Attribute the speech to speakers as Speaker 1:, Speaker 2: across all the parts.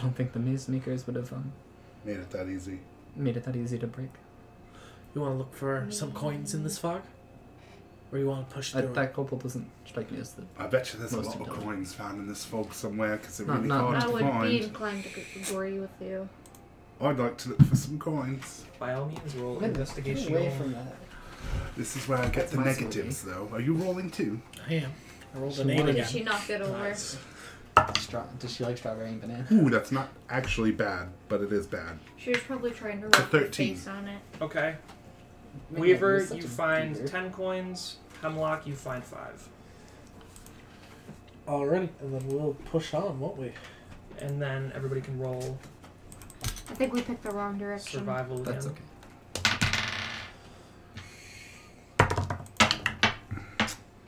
Speaker 1: don't think the maze makers would have um,
Speaker 2: Made it that easy.
Speaker 1: made it that easy to break.
Speaker 3: You want to look for some coins in this fog? Or you want to push
Speaker 1: I,
Speaker 3: through? it?
Speaker 1: that couple doesn't strike me as the.
Speaker 2: I bet you there's
Speaker 1: Most
Speaker 2: a lot of
Speaker 1: intelligent.
Speaker 2: coins found in this fog somewhere because they're
Speaker 1: Not-
Speaker 2: really
Speaker 1: not-
Speaker 2: hard
Speaker 1: Not
Speaker 4: I
Speaker 2: to
Speaker 4: would
Speaker 2: find.
Speaker 4: be inclined to agree with you.
Speaker 2: I'd like to look for some coins.
Speaker 5: By all means, roll
Speaker 1: Get
Speaker 5: investigation.
Speaker 1: away from that.
Speaker 2: This is where I get
Speaker 1: That's
Speaker 2: the
Speaker 1: my
Speaker 2: negatives, though. Are you rolling too?
Speaker 3: I am. I rolled
Speaker 1: So
Speaker 3: an eight
Speaker 1: what
Speaker 3: again.
Speaker 1: is
Speaker 4: She knocked it over.
Speaker 3: Nice.
Speaker 1: Stra- Does she like strawberry and banana?
Speaker 2: Ooh, that's not actually bad, but it is bad.
Speaker 4: She was probably trying to rub her
Speaker 2: 13.
Speaker 4: face on it.
Speaker 5: Okay.
Speaker 1: Man,
Speaker 5: Weaver,
Speaker 1: you're such
Speaker 5: you
Speaker 1: a
Speaker 5: find
Speaker 1: geezer.
Speaker 5: ten coins. Hemlock, you find five.
Speaker 3: Alrighty, and then we'll push on, won't we?
Speaker 5: And then everybody can roll
Speaker 4: I think we picked the wrong direction.
Speaker 5: survival again.
Speaker 1: That's okay.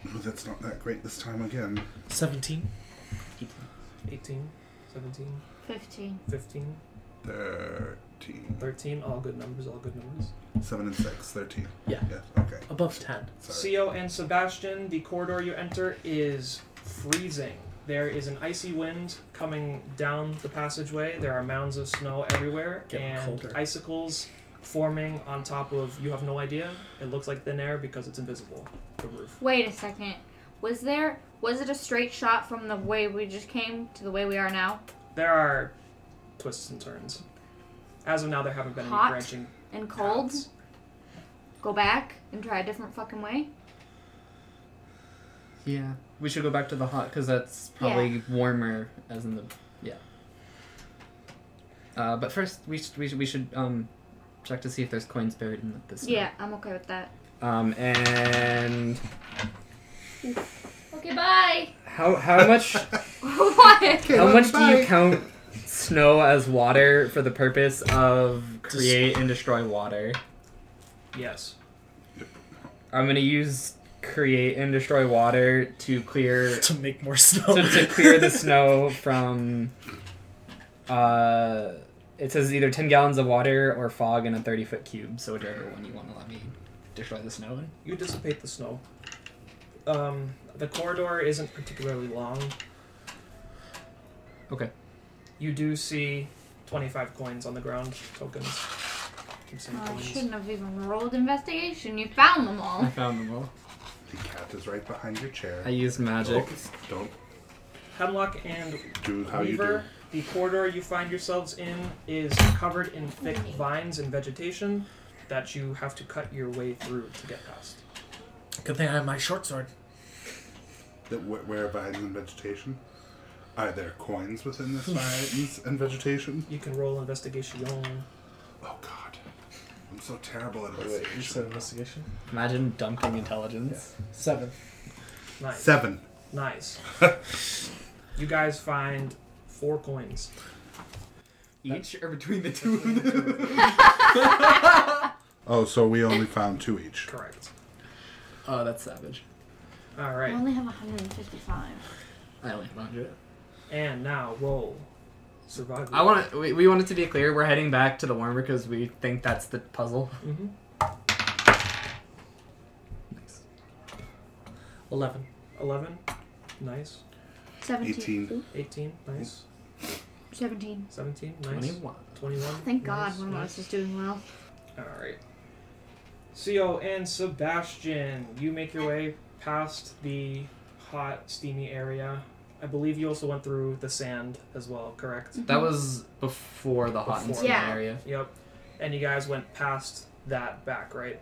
Speaker 2: Ooh, that's not that great this time again.
Speaker 3: 17.
Speaker 5: 18, 17,
Speaker 4: 15.
Speaker 5: 15,
Speaker 2: 13.
Speaker 5: 13. All good numbers, all good numbers.
Speaker 2: 7 and 6. 13.
Speaker 3: Yeah.
Speaker 2: Yes, okay.
Speaker 3: Above 10.
Speaker 2: Sorry.
Speaker 5: Sio and Sebastian, the corridor you enter is freezing. There is an icy wind coming down the passageway. There are mounds of snow everywhere
Speaker 3: Getting
Speaker 5: and
Speaker 3: colder.
Speaker 5: icicles forming on top of you have no idea. It looks like thin air because it's invisible. The roof.
Speaker 4: Wait a second. Was there. Was it a straight shot from the way we just came to the way we are now?
Speaker 5: There are twists and turns. As of now, there haven't been
Speaker 4: Hot
Speaker 5: any branching
Speaker 4: And cold?
Speaker 5: paths.
Speaker 4: Go back and try a different fucking way?
Speaker 1: Yeah, we should go back to the hot because that's probably warmer, as in the yeah. Uh, but first, we should we should, we should um, check to see if there's coins buried in the, this.
Speaker 4: Yeah, I'm okay with that.
Speaker 1: Um, and
Speaker 4: Okay, bye!
Speaker 1: how how much
Speaker 4: what?
Speaker 1: how much do you count snow as water for the purpose of create and destroy water?
Speaker 5: Yes.
Speaker 1: I'm gonna use create and destroy water to clear
Speaker 3: To make more snow.
Speaker 1: to, to clear the snow from uh it says either 10 gallons of water or fog in a 30 foot cube so whichever one you want to let me destroy the snow in
Speaker 5: You dissipate the snow. Um, the corridor isn't particularly long.
Speaker 1: Okay.
Speaker 5: You do see 25 coins on the ground, tokens. Keep saying
Speaker 4: Oh, I
Speaker 5: coins.
Speaker 4: shouldn't have even rolled investigation. You found them all.
Speaker 1: found them all
Speaker 2: The cat is right behind your chair.
Speaker 1: i used magic
Speaker 2: Oops, don't
Speaker 5: Hemlock and
Speaker 2: do how you do.
Speaker 5: Weaver, the corridor you find yourselves in is covered in thick vines and vegetation that you have to cut your way through to get past.
Speaker 3: Good thing I have my short sword.
Speaker 2: That wh- where vines and vegetation? Are there coins within this vines and vegetation?
Speaker 5: You can roll investigation.
Speaker 2: Oh god. I'm so terrible at
Speaker 3: Wait, you
Speaker 2: investigation.
Speaker 3: said investigation?
Speaker 1: imagine dunking intelligence
Speaker 3: Seven.
Speaker 5: Nice.
Speaker 2: Seven.
Speaker 5: Nice. you guys find four coins.
Speaker 1: each or between the two of them
Speaker 2: Oh, so we only found two each.
Speaker 5: Correct.
Speaker 1: oh that's savage
Speaker 5: All
Speaker 4: I
Speaker 5: right.
Speaker 4: only have 155.
Speaker 1: i only have 100
Speaker 5: And now roll survival.
Speaker 1: i want to we, we want it to be clear we're heading back to the warmer because we think that's the puzzle
Speaker 5: Mhm.
Speaker 1: Mm-hmm. Nice.
Speaker 3: 11.
Speaker 5: 11. Nice.
Speaker 4: 17.
Speaker 2: 18.
Speaker 4: Ooh,
Speaker 5: 18. Nice.
Speaker 4: 17.
Speaker 5: 17. Nice.
Speaker 1: 21
Speaker 5: 21.
Speaker 4: Thank
Speaker 5: nice,
Speaker 4: God one of us
Speaker 5: nice.
Speaker 4: is doing well.
Speaker 5: All right. CO and Sebastian, you make your way past the hot, steamy area. I believe you also went through the sand as well, correct?
Speaker 1: that was before the hot and
Speaker 5: Before.
Speaker 1: snow
Speaker 4: Yeah.
Speaker 1: area
Speaker 5: Yep. And you guys went past that back, right?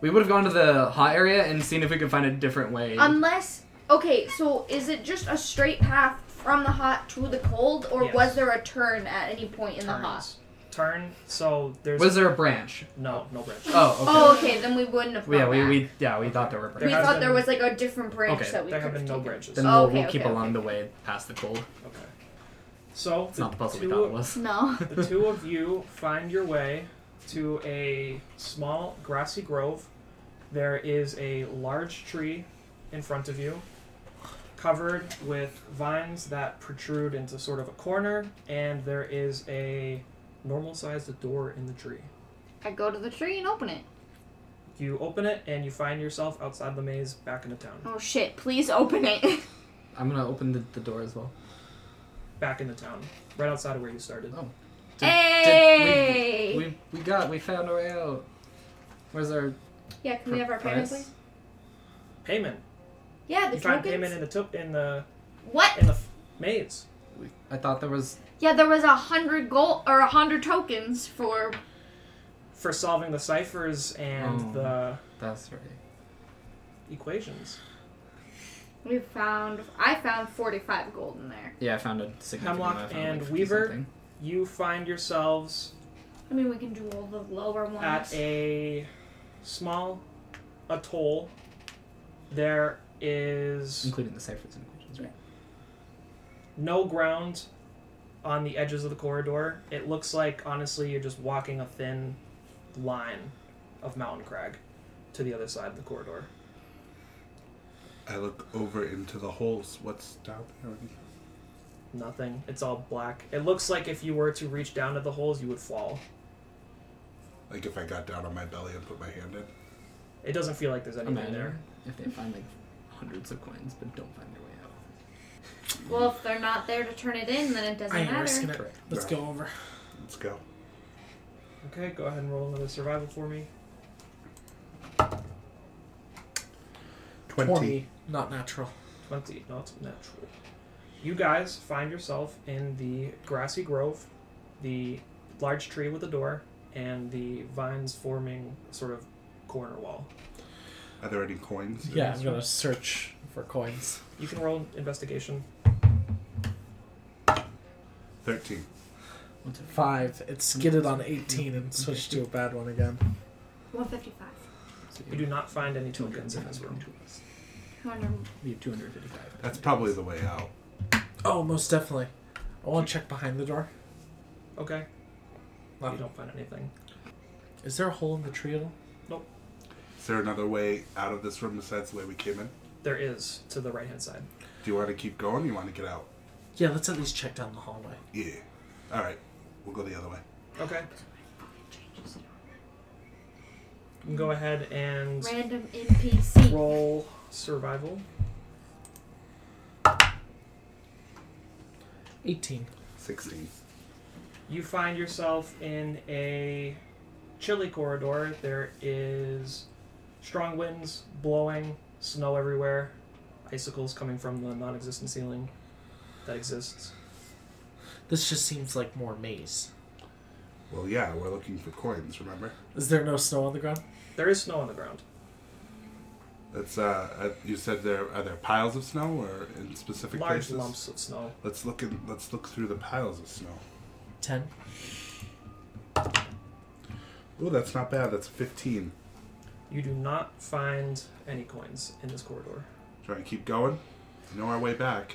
Speaker 1: We would have gone to the hot area and seen if we could find a different way.
Speaker 4: Unless, okay, so is it just a straight path from the hot to the cold, or
Speaker 5: Yes.
Speaker 4: was there a turn at any point in the hot?
Speaker 5: Turns. Turn. So there's
Speaker 1: Was there a branch?
Speaker 5: no no branch.
Speaker 1: Oh,
Speaker 4: Oh, okay, then we wouldn't have.
Speaker 1: okay. yeah,
Speaker 4: gone
Speaker 1: we,
Speaker 4: back.
Speaker 1: we yeah we thought there were
Speaker 4: We
Speaker 1: branches.
Speaker 5: There has
Speaker 4: thought
Speaker 5: been-
Speaker 4: there was like a different branch
Speaker 1: Okay,
Speaker 4: that we
Speaker 5: There
Speaker 4: could
Speaker 5: have been no
Speaker 4: branches.
Speaker 5: branches.
Speaker 1: Then
Speaker 5: Okay.
Speaker 1: we'll,
Speaker 4: okay,
Speaker 1: we'll keep
Speaker 4: okay,
Speaker 1: along
Speaker 4: okay.
Speaker 1: the way past the cold.
Speaker 5: So
Speaker 1: It's
Speaker 5: the
Speaker 1: not the puzzle
Speaker 5: two
Speaker 1: we thought it was.
Speaker 4: No.
Speaker 5: the two of you find your way to a small grassy grove. There is a large tree in front of you, covered with vines that protrude into sort of a corner, and there is a normal sized door in the tree.
Speaker 4: I go to the tree and open it.
Speaker 5: You open it and you find yourself outside the maze back in the town.
Speaker 4: Oh shit! Please open it.
Speaker 1: I'm gonna open the, the door as well.
Speaker 5: back into town, right outside of where you started.
Speaker 6: Oh.
Speaker 4: Hey!
Speaker 6: we, we, we got, we found our way out. Where's our
Speaker 4: Yeah, can we have our payment,
Speaker 6: price?
Speaker 4: please?
Speaker 5: Payment.
Speaker 4: Yeah, the
Speaker 5: you find payment
Speaker 4: tokens.
Speaker 5: in the to- in the
Speaker 4: What?
Speaker 5: in the f- maze.
Speaker 6: We- I thought there was
Speaker 4: Yeah, there was a hundred gold or a hundred tokens for.
Speaker 5: for solving the ciphers and
Speaker 1: Oh.
Speaker 5: the
Speaker 6: that's right.
Speaker 5: equations.
Speaker 4: We found. I found forty-five gold in there.
Speaker 1: Yeah, I found a significant
Speaker 5: Hemlock
Speaker 1: amount. I found,
Speaker 5: and
Speaker 1: like, 50
Speaker 5: Weaver.
Speaker 1: something.
Speaker 5: You find yourselves
Speaker 4: I mean, we can do all the lower ones.
Speaker 5: at a small atoll. There is
Speaker 1: including the ciphers and equations, right?
Speaker 5: no ground on the edges of the corridor. It looks like, honestly, you're just walking a thin line of mountain crag to the other side of the corridor.
Speaker 2: I look over into the holes. What's down there?
Speaker 5: Nothing. It's all black. It looks like if you were to reach down to the holes, you would fall.
Speaker 2: Like if I got down on my belly and put my hand in.
Speaker 5: It doesn't feel like there's anything
Speaker 1: Imagine
Speaker 5: there.
Speaker 1: if they find like hundreds of coins but don't find their way out.
Speaker 4: Well, if they're not there to turn it in, then it doesn't
Speaker 3: I ain't risking
Speaker 4: matter.
Speaker 3: it. Let's
Speaker 2: No.
Speaker 3: go over.
Speaker 2: Let's go.
Speaker 5: Okay, go ahead and roll another survival for me.
Speaker 2: Twenty.
Speaker 3: Not natural.
Speaker 5: 20, not natural. You guys find yourself in the grassy grove, the large tree with a door, and the vines forming sort of corner wall.
Speaker 2: Are there any coins? in
Speaker 3: Yeah,
Speaker 2: this
Speaker 3: I'm gonna
Speaker 2: one?
Speaker 3: search for coins.
Speaker 5: You can roll investigation.
Speaker 2: Thirteen.
Speaker 1: What's it?
Speaker 3: Five. It skidded on 18 and switched to a bad one again.
Speaker 4: One fifty-five.
Speaker 1: So
Speaker 5: You do not find any tokens in this room.
Speaker 4: Two hundred.
Speaker 1: We have 255.
Speaker 2: That's probably the way out.
Speaker 3: Oh, most definitely. I want to check behind the door.
Speaker 5: Okay.
Speaker 3: Wow.
Speaker 5: You don't find anything.
Speaker 3: Is there a hole in the tree at all?
Speaker 2: Is there another way out of this room besides the way we came in?
Speaker 5: There is to the right hand side.
Speaker 2: Do you want to keep going? Or you want to get out?
Speaker 3: Yeah, let's at least check down the hallway.
Speaker 2: Yeah. All right. We'll go the other way.
Speaker 5: Okay. You can go ahead and
Speaker 4: Random NPC.
Speaker 5: roll survival.
Speaker 3: 18.
Speaker 2: Sixteen.
Speaker 5: You find yourself in a chilly corridor. There is strong winds blowing, snow everywhere, icicles coming from the non existent ceiling that exists.
Speaker 3: This just seems like more maze.
Speaker 2: Well, yeah, we're looking for coins. Remember?
Speaker 3: Is there no snow on the ground?
Speaker 5: There is snow on the ground.
Speaker 2: That's uh. uh, You said there are there piles of snow or in specific
Speaker 5: Large
Speaker 2: places.
Speaker 5: lumps of snow.
Speaker 2: Let's look in. Let's look through the piles of snow.
Speaker 3: 10.
Speaker 2: Oh, that's not bad. That's fifteen.
Speaker 5: You do not find any coins in this corridor.
Speaker 2: Trying to keep going. We know our way back.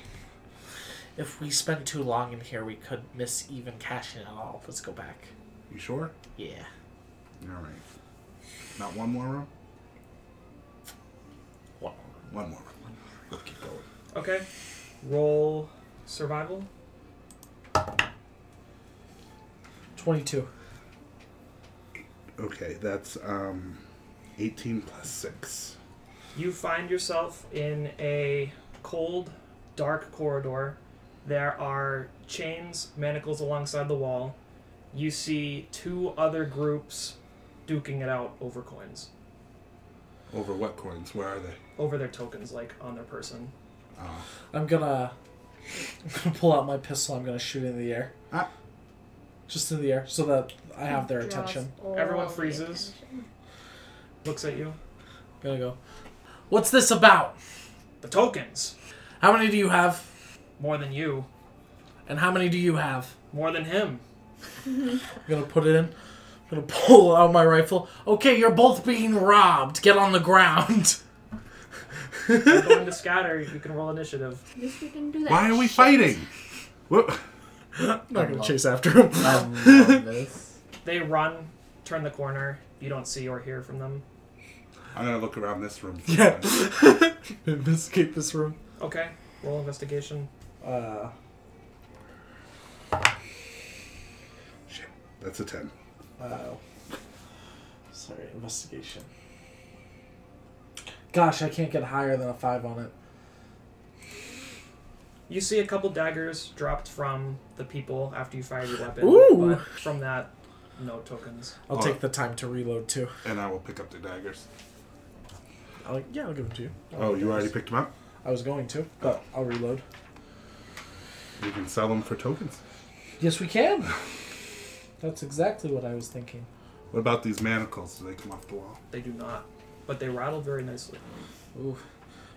Speaker 3: If we spend too long in here, we could miss even cashing at all. Let's go back.
Speaker 2: You sure?
Speaker 3: Yeah.
Speaker 2: All right. Not one more room.
Speaker 3: One.
Speaker 2: One more room. Let's keep going.
Speaker 5: Okay. Roll survival.
Speaker 3: 22.
Speaker 2: Okay, that's um, eighteen plus six.
Speaker 5: You find yourself in a cold, dark corridor. There are chains, manacles alongside the wall. You see two other groups duking it out over coins,
Speaker 2: Over what coins? Where are they?
Speaker 5: over their tokens, like on their person.
Speaker 2: Oh.
Speaker 3: I'm gonna, I'm gonna pull out my pistol. I'm gonna shoot in the air.
Speaker 2: Ah.
Speaker 3: Just in the air, so that I have their
Speaker 4: Draws
Speaker 3: attention.
Speaker 4: all
Speaker 5: Everyone
Speaker 4: the
Speaker 5: freezes.
Speaker 4: attention.
Speaker 5: Looks at you.
Speaker 3: I'm gonna go. What's this about?
Speaker 5: The tokens!
Speaker 3: How many do you have?
Speaker 5: More than you.
Speaker 3: And how many do you have?
Speaker 5: More than him.
Speaker 3: I'm gonna put it in. I'm gonna pull out my rifle. Okay, you're both being robbed. Get on the ground.
Speaker 5: You're going to scatter. You can roll initiative.
Speaker 4: At least we can do that.
Speaker 2: Why are we
Speaker 4: shit.
Speaker 2: fighting? What?
Speaker 3: I'm not gonna chase after him.
Speaker 6: I love this.
Speaker 5: They run, turn the corner. You don't see or hear from them.
Speaker 2: I'm gonna look around this room. for
Speaker 3: yeah.
Speaker 2: coins.
Speaker 3: Investigate this room.
Speaker 5: Okay. Roll investigation.
Speaker 3: Uh,
Speaker 2: Shit. That's a ten.
Speaker 3: wow. Sorry, investigation. Gosh, I can't get higher than a five on it.
Speaker 5: You see a couple daggers dropped from the people after you fire your weapon.
Speaker 3: Ooh.
Speaker 5: But from that, no tokens.
Speaker 3: I'll
Speaker 2: Oh.
Speaker 3: take the time to reload too.
Speaker 2: And I will pick up the daggers.
Speaker 3: I'll, yeah, I'll give them to you.
Speaker 2: Oh, you already picked them up?
Speaker 3: I was going to, but I'll reload.
Speaker 2: You can sell them for tokens.
Speaker 3: Yes, we can. That's exactly what I was thinking.
Speaker 2: What about these manacles? Do they come off the wall?
Speaker 5: They do not. But they rattle very nicely.
Speaker 3: Ooh.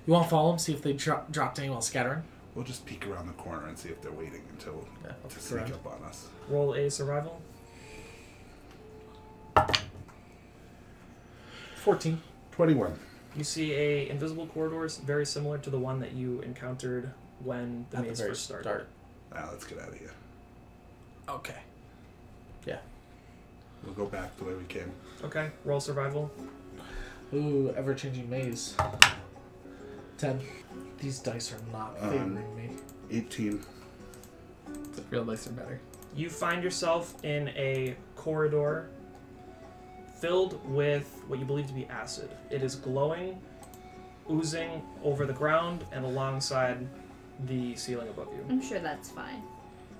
Speaker 3: You want to follow them? See if they drop, dropped any while scattering.
Speaker 2: We'll just peek around the corner and see if they're waiting until
Speaker 3: Yeah, I'll
Speaker 2: to
Speaker 3: peek
Speaker 2: sneak
Speaker 3: around.
Speaker 2: up on us.
Speaker 5: Roll a survival.
Speaker 3: Fourteen.
Speaker 2: Twenty-one.
Speaker 5: You see a invisible corridors very similar to the one that you encountered when the
Speaker 3: At the
Speaker 5: maze
Speaker 3: very
Speaker 5: first started.
Speaker 3: start.
Speaker 2: Now Ah, let's get out of here.
Speaker 3: Okay.
Speaker 2: We'll go back the way we came.
Speaker 5: Okay, roll survival.
Speaker 3: Ooh, ever-changing maze. Ten. These dice are not
Speaker 2: Um,
Speaker 3: favoring me.
Speaker 2: Eighteen.
Speaker 6: The real dice are better.
Speaker 5: You find yourself in a corridor filled with what you believe to be acid. It is glowing, oozing over the ground and alongside the ceiling above you.
Speaker 4: I'm sure that's fine.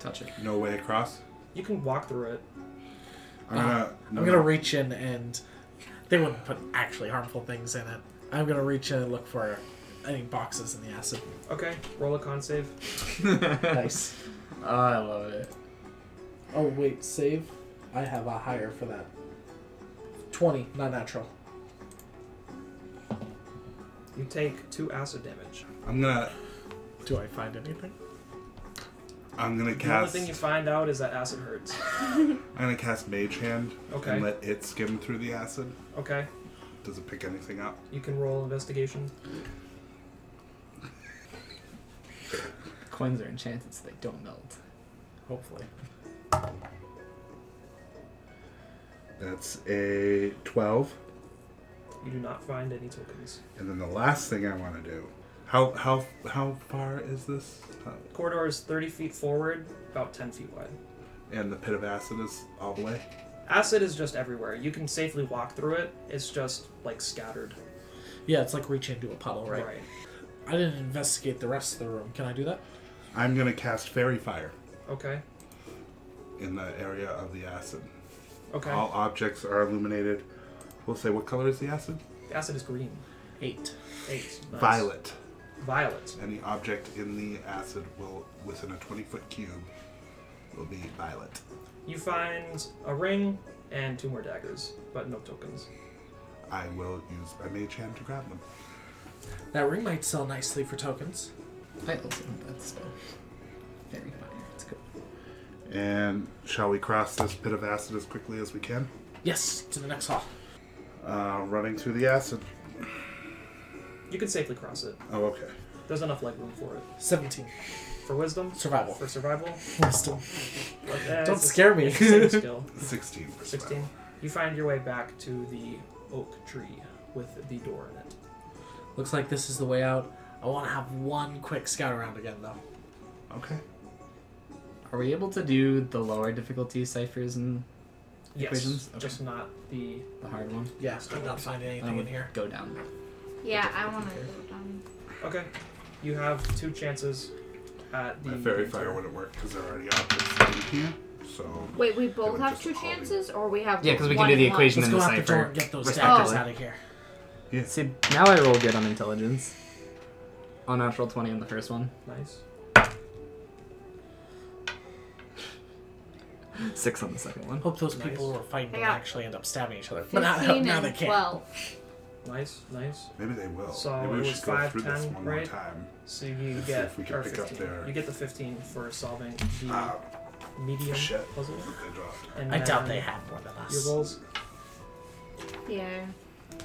Speaker 6: Touch it.
Speaker 2: No way across.
Speaker 5: You can walk through it.
Speaker 2: I'm
Speaker 5: Ah,
Speaker 2: gonna. no,
Speaker 3: I'm gonna
Speaker 2: no.
Speaker 3: reach in and they wouldn't put actually harmful things in it. I'm gonna reach in and look for any boxes in the acid.
Speaker 5: Okay, roll a con save.
Speaker 3: Nice.
Speaker 6: Oh, I love it.
Speaker 3: Oh wait, save. I have a higher for that. Twenty, not natural.
Speaker 5: You take two acid damage.
Speaker 2: I'm gonna.
Speaker 3: Do I find anything?
Speaker 2: I'm gonna
Speaker 5: The only
Speaker 2: cast.
Speaker 5: thing you find out is that acid hurts.
Speaker 2: I'm gonna cast Mage Hand
Speaker 5: Okay.
Speaker 2: and let it skim through the acid.
Speaker 5: Okay,
Speaker 2: Does it pick anything up?
Speaker 5: you can roll investigation.
Speaker 6: Coins are enchanted, so they don't melt.
Speaker 3: Hopefully.
Speaker 2: That's a twelve.
Speaker 5: You do not find any tokens.
Speaker 2: And then the last thing I want to do. How how how far is this? Uh, How,
Speaker 5: The corridor is 30 feet forward, about 10 feet wide.
Speaker 2: and the pit of acid is all the way.
Speaker 5: Acid is just everywhere. You can safely walk through it. It's just like scattered.
Speaker 3: Yeah, it's like reaching into a puddle, right?
Speaker 5: right.
Speaker 3: I didn't investigate the rest of the room. Can I do that?
Speaker 2: I'm gonna cast Fairy Fire
Speaker 5: Okay.
Speaker 2: in the area of the acid.
Speaker 5: Okay.
Speaker 2: All objects are illuminated. We'll say what color is the acid?
Speaker 5: Acid is green.
Speaker 3: Eight.
Speaker 5: Eight. Nice.
Speaker 2: Violet.
Speaker 5: Violet.
Speaker 2: Any object in the acid will, within a 20 foot cube, will be violet.
Speaker 5: You find a ring and two more daggers, but no tokens.
Speaker 2: I will use my mage hand to grab them.
Speaker 3: That ring might sell nicely for tokens.
Speaker 6: I also want that spell. Very fire. It's good.
Speaker 2: And shall we cross this pit of acid as quickly as we can?
Speaker 3: Yes, to the next hall.
Speaker 2: Uh, running through the acid.
Speaker 5: You can safely cross it.
Speaker 2: Oh, okay.
Speaker 5: There's enough leg room for it.
Speaker 3: Seventeen.
Speaker 5: For wisdom.
Speaker 3: Survival.
Speaker 5: For survival.
Speaker 3: Wisdom.
Speaker 5: Okay,
Speaker 3: Don't
Speaker 5: it's the-
Speaker 3: scare me.
Speaker 5: it's the same skill.
Speaker 2: 16. for
Speaker 5: 16. You find your way back to the oak tree with the door in it.
Speaker 3: Looks like this is the way out. I want to have one quick scout around again, though.
Speaker 2: spell. Okay.
Speaker 6: Are we able to do the lower difficulty ciphers and
Speaker 5: Yes.
Speaker 6: Equations? Okay.
Speaker 5: Just not the.
Speaker 6: the hard one?
Speaker 3: Yeah, I'm not finding
Speaker 6: I
Speaker 1: Um,
Speaker 3: anything in
Speaker 6: would
Speaker 3: here.
Speaker 6: Go down.
Speaker 4: Yeah, I want to go down.
Speaker 5: Okay. You have two chances at the.
Speaker 2: My fairy
Speaker 5: green
Speaker 2: fire
Speaker 5: door.
Speaker 2: wouldn't work because there are already objects in here. So,
Speaker 4: Wait, we both
Speaker 2: would
Speaker 4: have
Speaker 2: just all
Speaker 4: two
Speaker 2: be-
Speaker 4: chances, or we have
Speaker 6: Yeah, 'cause we can
Speaker 4: one
Speaker 6: do the
Speaker 4: and one?
Speaker 6: equation.
Speaker 3: Let's
Speaker 6: in
Speaker 3: go
Speaker 6: the
Speaker 3: out the door
Speaker 6: cipher,
Speaker 3: and get those daggers
Speaker 6: respectively.
Speaker 3: out of here.
Speaker 6: See, now I roll good on intelligence. On natural 20 on the first one.
Speaker 5: Nice.
Speaker 6: 6 on the second one.
Speaker 3: Hope those
Speaker 5: Nice.
Speaker 3: people who are fighting
Speaker 4: I
Speaker 3: don't
Speaker 4: got
Speaker 3: actually end up stabbing each other. But
Speaker 4: 15
Speaker 3: now, now
Speaker 4: and
Speaker 3: they can't.
Speaker 4: 12.
Speaker 5: Nice. Nice.
Speaker 2: maybe they will.
Speaker 5: So
Speaker 2: maybe
Speaker 5: it
Speaker 2: we
Speaker 5: was
Speaker 2: should go
Speaker 5: five,
Speaker 2: through this
Speaker 5: 10,
Speaker 2: one more
Speaker 5: right?
Speaker 2: time.
Speaker 5: So you
Speaker 2: Let's see
Speaker 5: get
Speaker 2: if we can
Speaker 5: or
Speaker 2: pick up
Speaker 5: 15.
Speaker 2: their-
Speaker 5: You get the 15 for solving the
Speaker 2: Uh,
Speaker 5: medium
Speaker 2: shit.
Speaker 5: puzzle.
Speaker 2: they dropped.
Speaker 5: And
Speaker 3: I doubt
Speaker 5: then
Speaker 3: they have more than
Speaker 5: Your
Speaker 3: us.
Speaker 5: rolls.
Speaker 4: Yeah.
Speaker 2: Maybe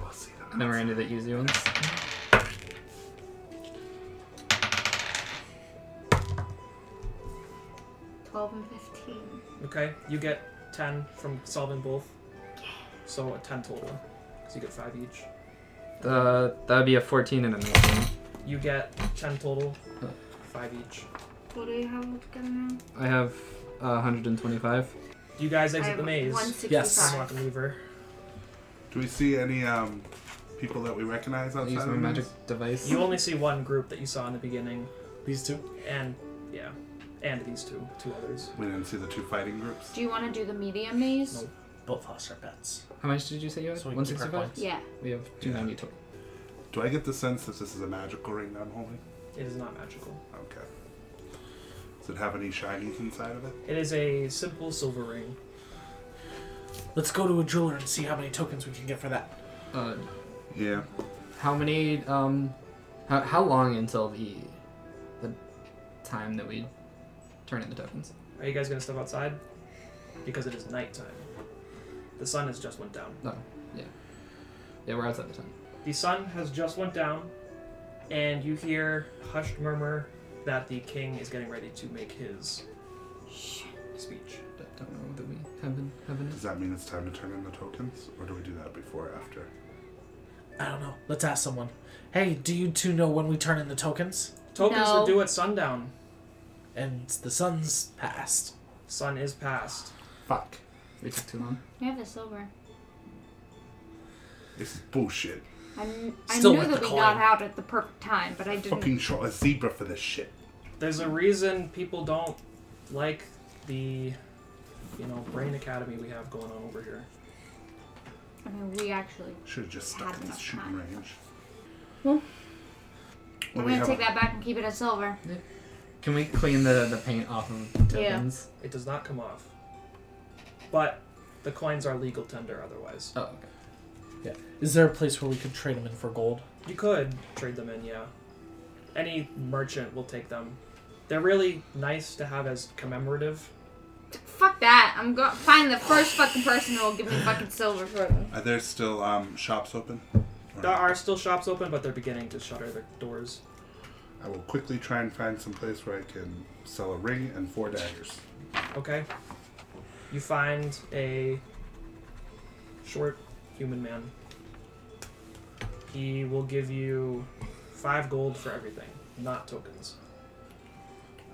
Speaker 2: we'll see them.
Speaker 6: Then we're into the easy ones.
Speaker 4: Twelve and fifteen.
Speaker 5: Okay. You get 10 from solving both. So a 10 total. Because you get five each.
Speaker 6: Uh, that would be a 14 and a 19.
Speaker 5: You get 10 total.
Speaker 6: Huh.
Speaker 5: Five each.
Speaker 4: What do you have again now?
Speaker 6: I have uh, 125.
Speaker 5: You guys
Speaker 4: I
Speaker 5: exit
Speaker 4: have
Speaker 5: the maze.
Speaker 4: One
Speaker 3: Yes.
Speaker 5: Unlock a lever.
Speaker 2: Do we see any um, people that we recognize
Speaker 6: I
Speaker 2: outside
Speaker 6: use
Speaker 3: Oh,
Speaker 2: of
Speaker 6: my
Speaker 2: the
Speaker 6: magic
Speaker 2: maze?
Speaker 6: device.
Speaker 5: You only see one group that you saw in the beginning.
Speaker 3: These two.
Speaker 5: and yeah, and these two, two others.
Speaker 2: We didn't see the two fighting groups.
Speaker 4: Do you want to do the medium maze?
Speaker 3: Nope. Both lost our bets.
Speaker 6: How much did you say you had?
Speaker 3: So we
Speaker 6: One
Speaker 3: keep our
Speaker 6: sixty-five.
Speaker 3: points.
Speaker 4: Yeah.
Speaker 6: We have two ninety total.
Speaker 2: Do I get the sense that this is a magical ring that I'm holding?
Speaker 5: It is not magical.
Speaker 2: Okay. Does it have any shinies inside of it?
Speaker 5: It is a simple silver ring.
Speaker 3: Let's go to a jeweler and see how many tokens we can get for that.
Speaker 6: Uh,
Speaker 2: Yeah.
Speaker 6: how many? Um, how, how long until the the time that we turn in the tokens?
Speaker 5: Are you guys gonna step outside? Because it is nighttime. The sun has just went down.
Speaker 6: No. yeah. Yeah, we're outside the time.
Speaker 5: The sun has just went down, and you hear hushed murmur that the king is getting ready to make his speech.
Speaker 6: I don't know that we have been have been.
Speaker 2: Does that mean it's time to turn in the tokens? Or do we do that before or after?
Speaker 3: I don't know. Let's ask someone. Hey, do you two know when we turn in the tokens?
Speaker 5: Tokens
Speaker 4: No.
Speaker 5: are due at sundown.
Speaker 3: And the sun's passed.
Speaker 5: Sun is past.
Speaker 2: Fuck.
Speaker 6: We took too long.
Speaker 4: I have the silver.
Speaker 2: This is bullshit.
Speaker 4: i kn- I
Speaker 3: Still
Speaker 4: knew
Speaker 3: worth
Speaker 4: that
Speaker 3: the
Speaker 4: we
Speaker 3: coin.
Speaker 4: got out at the perfect time, but I didn't.
Speaker 2: Fucking shot a zebra for this shit.
Speaker 5: There's a reason people don't like the, you know, brain academy we have going on over here.
Speaker 4: I mean, we actually.
Speaker 2: Should have just stuck
Speaker 4: Had
Speaker 2: at the
Speaker 4: enough
Speaker 2: shooting
Speaker 4: time.
Speaker 2: range.
Speaker 4: Well,
Speaker 2: Well,
Speaker 4: I'm
Speaker 2: we
Speaker 4: gonna
Speaker 2: have
Speaker 4: take
Speaker 2: a-
Speaker 4: that back and keep it as silver.
Speaker 6: Can we clean the, the paint off of the
Speaker 4: Yeah.
Speaker 6: tokens?
Speaker 5: It does not come off. But the coins are legal tender otherwise.
Speaker 6: Oh, okay.
Speaker 3: Is there a place where we could trade them in for gold?
Speaker 5: You could trade them in, yeah. Any merchant will take them. They're really nice to have as commemorative.
Speaker 4: T- Fuck that. I'm going to find the first fucking person who will give me fucking silver for them.
Speaker 2: Are there still um, shops open? Or
Speaker 5: There
Speaker 2: not?
Speaker 5: are still shops open, but they're beginning to shutter their doors.
Speaker 2: I will quickly try and find some place where I can sell a ring and four daggers.
Speaker 5: Okay? You find a short human man. He will give you five gold for everything, not tokens.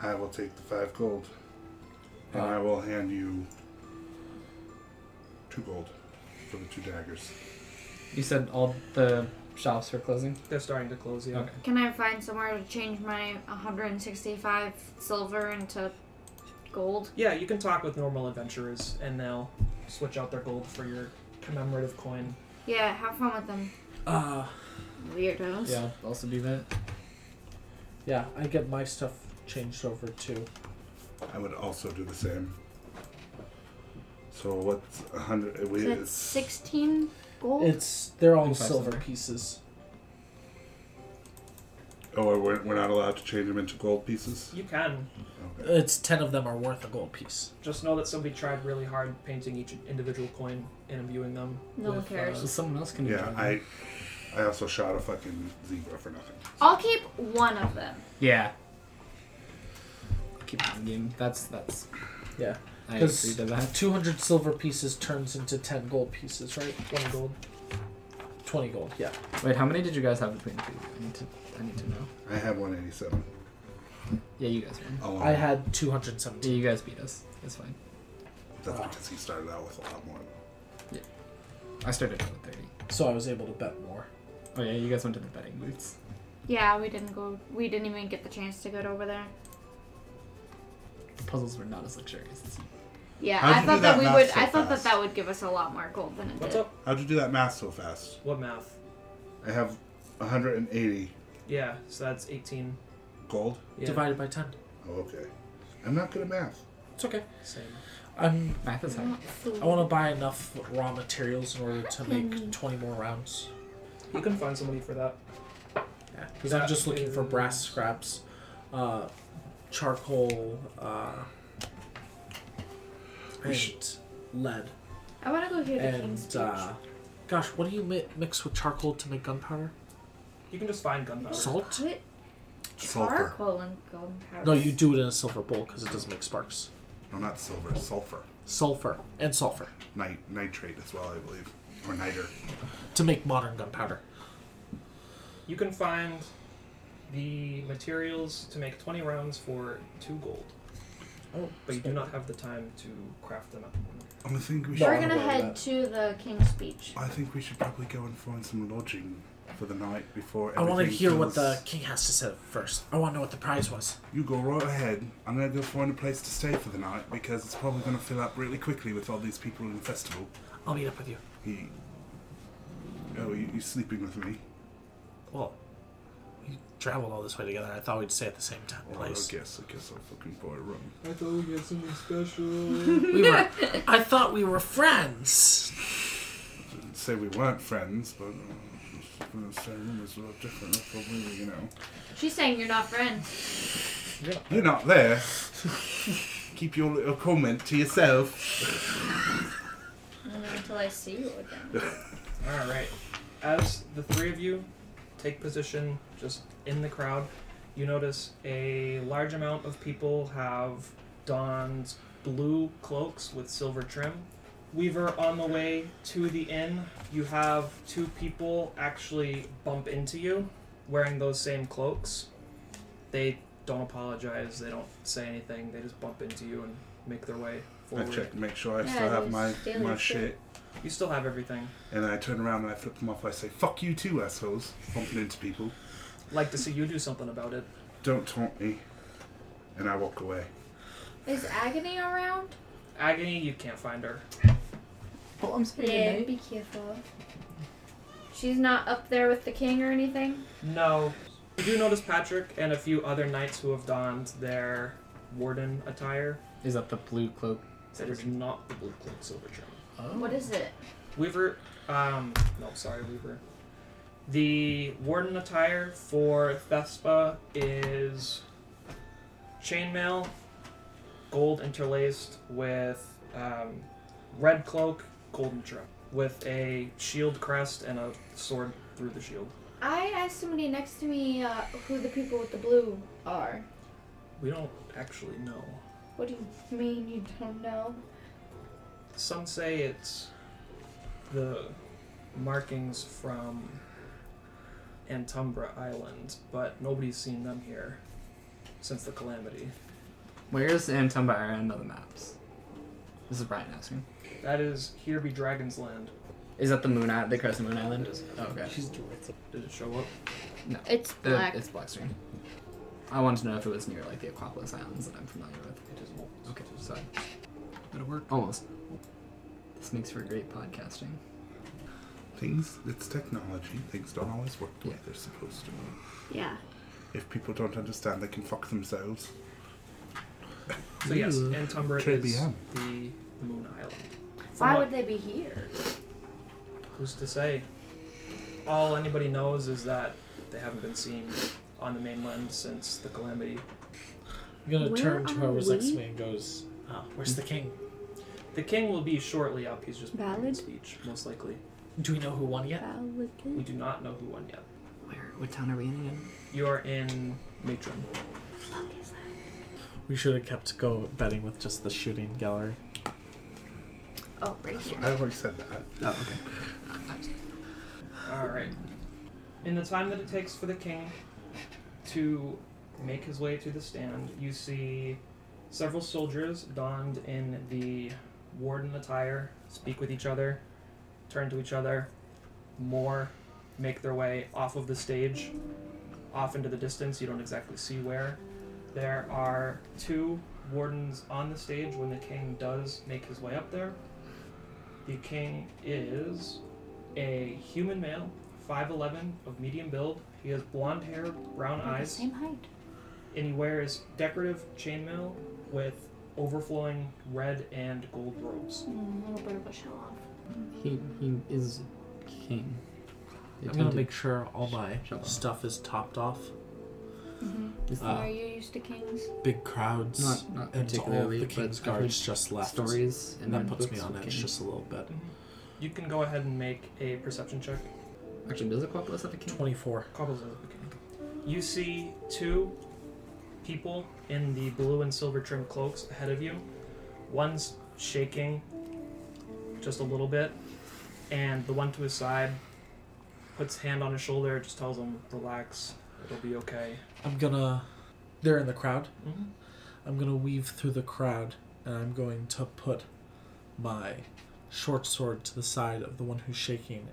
Speaker 2: I will take the five gold. And I will hand you two gold for the two daggers.
Speaker 6: You said all the shops were closing.
Speaker 5: They're starting to close, yeah.
Speaker 6: Okay.
Speaker 4: Can I find somewhere to change my 165 silver into gold?
Speaker 5: Yeah, you can talk with normal adventurers, and they'll switch out their gold for your commemorative coin.
Speaker 4: Yeah, have fun with them,
Speaker 3: Uh,
Speaker 4: weirdos.
Speaker 6: Yeah, I'll also do that.
Speaker 3: yeah, I get my stuff changed over too.
Speaker 2: I would also do the same. So what's a hundred? We,
Speaker 4: So that's 16 gold?
Speaker 3: It's they're all
Speaker 6: Five
Speaker 3: silver
Speaker 6: silver.
Speaker 3: pieces.
Speaker 2: Oh, we're, we're not allowed to change them into gold pieces?
Speaker 5: You can.
Speaker 2: Okay.
Speaker 3: It's ten of them are worth a gold piece.
Speaker 5: Just know that somebody tried really hard painting each individual coin and imbuing them.
Speaker 4: no one
Speaker 5: with, uh,
Speaker 4: cares.
Speaker 6: So someone else can.
Speaker 1: Mm-hmm.
Speaker 2: Yeah,
Speaker 6: enjoy them.
Speaker 2: I I also shot a fucking zebra for nothing.
Speaker 4: I'll keep one of them.
Speaker 6: Yeah. Keep it in game. That's that's.
Speaker 3: Yeah,
Speaker 6: I agree
Speaker 3: because
Speaker 6: to that.
Speaker 3: two hundred silver pieces turns into ten gold pieces, right?
Speaker 5: uh, One gold.
Speaker 3: Twenty gold. Yeah.
Speaker 6: Wait, how many did you guys have between the two? I need to. I need to know.
Speaker 2: I had 187.
Speaker 6: Yeah, you guys won.
Speaker 2: Alone.
Speaker 3: I had two hundred
Speaker 6: Yeah,
Speaker 3: seventeen.
Speaker 6: you guys beat us. It's fine.
Speaker 2: That's because he started out with a lot more.
Speaker 6: I started out with thirty.
Speaker 3: So I was able to bet more.
Speaker 6: Oh yeah, you guys went to the betting booths.
Speaker 4: Yeah, we didn't go. We didn't even get the chance to go over there.
Speaker 6: The puzzles were not as luxurious as you.
Speaker 4: Yeah,
Speaker 2: How'd
Speaker 4: I
Speaker 2: you do
Speaker 4: thought that,
Speaker 2: that
Speaker 4: we
Speaker 2: math
Speaker 4: would.
Speaker 2: so
Speaker 4: I thought
Speaker 2: fast?
Speaker 4: that that would give us a lot more gold than it
Speaker 5: What's
Speaker 4: did.
Speaker 5: up?
Speaker 2: How'd you do that math so fast?
Speaker 5: What math?
Speaker 2: I have 180
Speaker 5: Yeah, so that's 18.
Speaker 2: gold.
Speaker 5: Yeah,
Speaker 3: Divided by ten.
Speaker 2: Oh, okay. I'm not good at math.
Speaker 3: It's okay.
Speaker 5: same.
Speaker 3: I'm.
Speaker 6: Math is hard.
Speaker 3: I want to buy enough raw materials in order to
Speaker 4: Hmm.
Speaker 3: make twenty more rounds.
Speaker 5: You can find somebody for that.
Speaker 3: Because I'm just looking for brass scraps, uh, charcoal, uh,
Speaker 2: We
Speaker 3: and lead,
Speaker 4: I want to go hear the king's
Speaker 3: and
Speaker 4: speech.
Speaker 3: uh, gosh, what do you mi- mix with charcoal to make gunpowder?
Speaker 5: You can just find
Speaker 4: Oh,
Speaker 5: gunpowder.
Speaker 3: Salt?
Speaker 4: Put
Speaker 2: Sulfur.
Speaker 4: charcoal and gunpowder.
Speaker 3: No, you do it in a silver bowl because it doesn't make sparks.
Speaker 2: No, not silver. Sulfur.
Speaker 3: Sulfur and sulfur
Speaker 2: Nit- nitrate as well, I believe. Or niter.
Speaker 3: to make modern gunpowder.
Speaker 5: You can find the materials to make 20 rounds for 2 gold.
Speaker 3: Oh,
Speaker 5: But you do not have the time to craft them at the moment.
Speaker 2: I think we
Speaker 3: No,
Speaker 2: should.
Speaker 4: We're
Speaker 3: I'm
Speaker 4: gonna
Speaker 3: aware of
Speaker 4: head
Speaker 3: that.
Speaker 4: to the king's speech.
Speaker 2: I think we should probably go and find some lodging for the night before.
Speaker 3: I want to
Speaker 2: everything
Speaker 3: hear what
Speaker 2: goes-
Speaker 3: the king has to say first. I want to know what the prize was.
Speaker 2: You go right ahead. I'm gonna go find a place to stay for the night because it's probably gonna fill up really quickly with all these people in the festival.
Speaker 3: I'll meet up with you.
Speaker 2: He. Oh, you, you sleeping with me?
Speaker 3: Well, we traveled all this way together. I thought we'd stay at the same time,
Speaker 2: Oh, I
Speaker 3: place.
Speaker 2: guess. I guess I'll fucking buy a room.
Speaker 5: I thought we had something special.
Speaker 3: We were. I thought we were friends.
Speaker 2: Didn't Say we weren't friends, but uh, the same room is a lot different. That's Probably, you know.
Speaker 4: She's saying you're not friends.
Speaker 2: You're not there. Keep your little comment to yourself.
Speaker 4: Until I see you again.
Speaker 5: All right. As the three of you take position just in the crowd, you notice a large amount of people have donned blue cloaks with silver trim. Weaver, on the way to the inn, you have two people actually bump into you wearing those same cloaks. They don't apologize, they don't say anything, they just bump into you and make their way
Speaker 2: I
Speaker 5: forward.
Speaker 2: check to make sure I
Speaker 4: Yeah,
Speaker 2: still have
Speaker 4: you
Speaker 2: my
Speaker 4: steal
Speaker 2: my
Speaker 4: your
Speaker 2: shit,
Speaker 4: shit.
Speaker 5: You still have everything.
Speaker 2: and then I turn around and I flip them off. I say, "Fuck you too, assholes!" Bumping into people.
Speaker 5: Like to see you do something about it.
Speaker 2: Don't taunt me. And I walk away.
Speaker 4: Is Agony around?
Speaker 5: Agony, you can't find her.
Speaker 6: Well, I'm
Speaker 4: Yeah, be careful. She's not up there with the king or anything?
Speaker 5: No. You do notice Patrick and a few other knights who have donned their warden attire.
Speaker 1: Is that the blue cloak?
Speaker 5: That is not the blue cloak silver trim.
Speaker 1: Oh.
Speaker 6: Oh.
Speaker 4: What is it?
Speaker 5: Weaver, um, no, sorry, Weaver. The warden attire for Thespa is chainmail, gold interlaced with um, red cloak, golden trim, with a shield crest and a sword through the shield.
Speaker 4: I asked somebody next to me uh, who the people with the blue are.
Speaker 5: We don't actually know.
Speaker 4: What do you mean you don't know?
Speaker 5: Some say it's the markings from Antumbra Island, but nobody's seen them here since the calamity.
Speaker 6: Where's Antumba Island on the maps? This is Brian asking.
Speaker 5: That is Here Be Dragon's Land.
Speaker 6: Is that the Moon Island, the Crescent Moon Island? Oh, okay.
Speaker 5: Did it show up?
Speaker 4: It's
Speaker 6: The- It's black string. I wanted to know if it was near like the Aquapolis Islands that I'm familiar with.
Speaker 5: It is not.
Speaker 6: Okay, so
Speaker 5: But it worked.
Speaker 6: almost. This makes for great podcasting.
Speaker 2: Things, it's technology. Things don't always work the way
Speaker 6: Yeah.
Speaker 2: they're supposed to.
Speaker 4: Yeah.
Speaker 2: If people don't understand, they can fuck themselves.
Speaker 5: So yes, Antumbra is
Speaker 2: KBM.
Speaker 5: the Moon Island. From
Speaker 4: Why would
Speaker 5: what-
Speaker 4: they be here?
Speaker 5: Who's to say? All anybody knows is that they haven't been seen on the mainland since the calamity.
Speaker 3: I'm gonna
Speaker 4: Where
Speaker 3: turn to
Speaker 4: are
Speaker 3: whoever's next to
Speaker 4: we?
Speaker 3: me and goes, oh, "Where's the king?
Speaker 5: The king will be shortly up. He's just making
Speaker 4: Valid.
Speaker 5: his speech, most likely.
Speaker 3: Do we know who won yet?"
Speaker 5: We do not know who won yet.
Speaker 6: Where? What town are we in again?
Speaker 5: You're in Matron.
Speaker 3: We should have kept go betting with just the shooting gallery.
Speaker 4: Oh, right here.
Speaker 2: I already said that.
Speaker 6: Oh, okay.
Speaker 5: All right. In the time that it takes for the king to make his way to the stand, you see several soldiers donned in the warden attire speak with each other, turn to each other, more make their way off of the stage, off into the distance. You don't exactly see where. There are two wardens on the stage when the king does make his way up there. The king is a human male, 5'11, of medium build. He has blonde hair, brown eyes
Speaker 4: Same height.
Speaker 5: and he wears decorative chainmail with overflowing red and gold robes.
Speaker 4: Mm, a little bit of a show off.
Speaker 6: He he is king. They
Speaker 3: I'm gonna
Speaker 6: tend
Speaker 3: make sure all my
Speaker 6: Shut up.
Speaker 3: stuff is topped off.
Speaker 4: Mm-hmm.
Speaker 6: to- is
Speaker 1: Ah.
Speaker 3: Uh,
Speaker 4: Are you used to kings?
Speaker 3: Big crowds.
Speaker 6: Not- not
Speaker 3: and all of
Speaker 6: particularly,
Speaker 3: the
Speaker 6: but
Speaker 3: king's
Speaker 6: I've heard
Speaker 3: guards just
Speaker 6: the
Speaker 3: left.
Speaker 6: stories
Speaker 3: And
Speaker 6: and
Speaker 3: that
Speaker 6: read
Speaker 3: puts
Speaker 6: books
Speaker 3: me on
Speaker 6: with
Speaker 3: edge
Speaker 6: kings.
Speaker 3: just a little bit.
Speaker 5: You can go ahead and make a perception check.
Speaker 6: Actually, does Aquapolis have a king?
Speaker 3: 24.
Speaker 5: Cobbles is okay. You see two people in the blue and silver trimmed cloaks ahead of you. One's shaking just a little bit, and the one to his side puts hand on his shoulder, just tells him, "Relax, it'll be okay."
Speaker 3: I'm gonna. They're in the crowd.
Speaker 5: Mm-hmm.
Speaker 3: I'm gonna weave through the crowd and I'm going to put my short sword to the side of the one who's shaking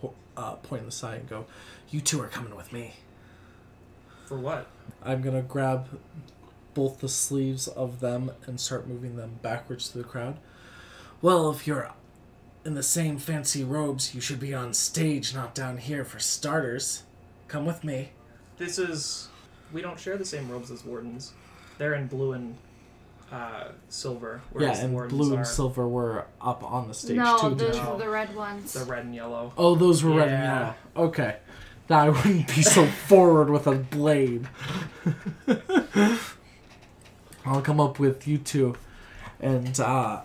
Speaker 3: po- uh, point in the side and go, "You two are coming with me."
Speaker 5: For what?
Speaker 3: I'm gonna grab both the sleeves of them and start moving them backwards through the crowd. Well, if you're in the same fancy robes, you should be on stage, not down here for starters. Come with me.
Speaker 5: This is. We don't share the same robes as wardens. They're in blue and uh, silver. whereas
Speaker 3: yeah,
Speaker 5: the
Speaker 3: and
Speaker 5: wardens
Speaker 3: blue
Speaker 5: are
Speaker 3: and silver were up on the stage
Speaker 4: no,
Speaker 3: too. didn't
Speaker 4: those
Speaker 3: you?
Speaker 4: are the red ones.
Speaker 5: The red and yellow.
Speaker 3: Oh, those were red and
Speaker 5: Yeah.
Speaker 3: yellow. Okay. Now I wouldn't be so forward with a blade. I'll come up with you two, and uh,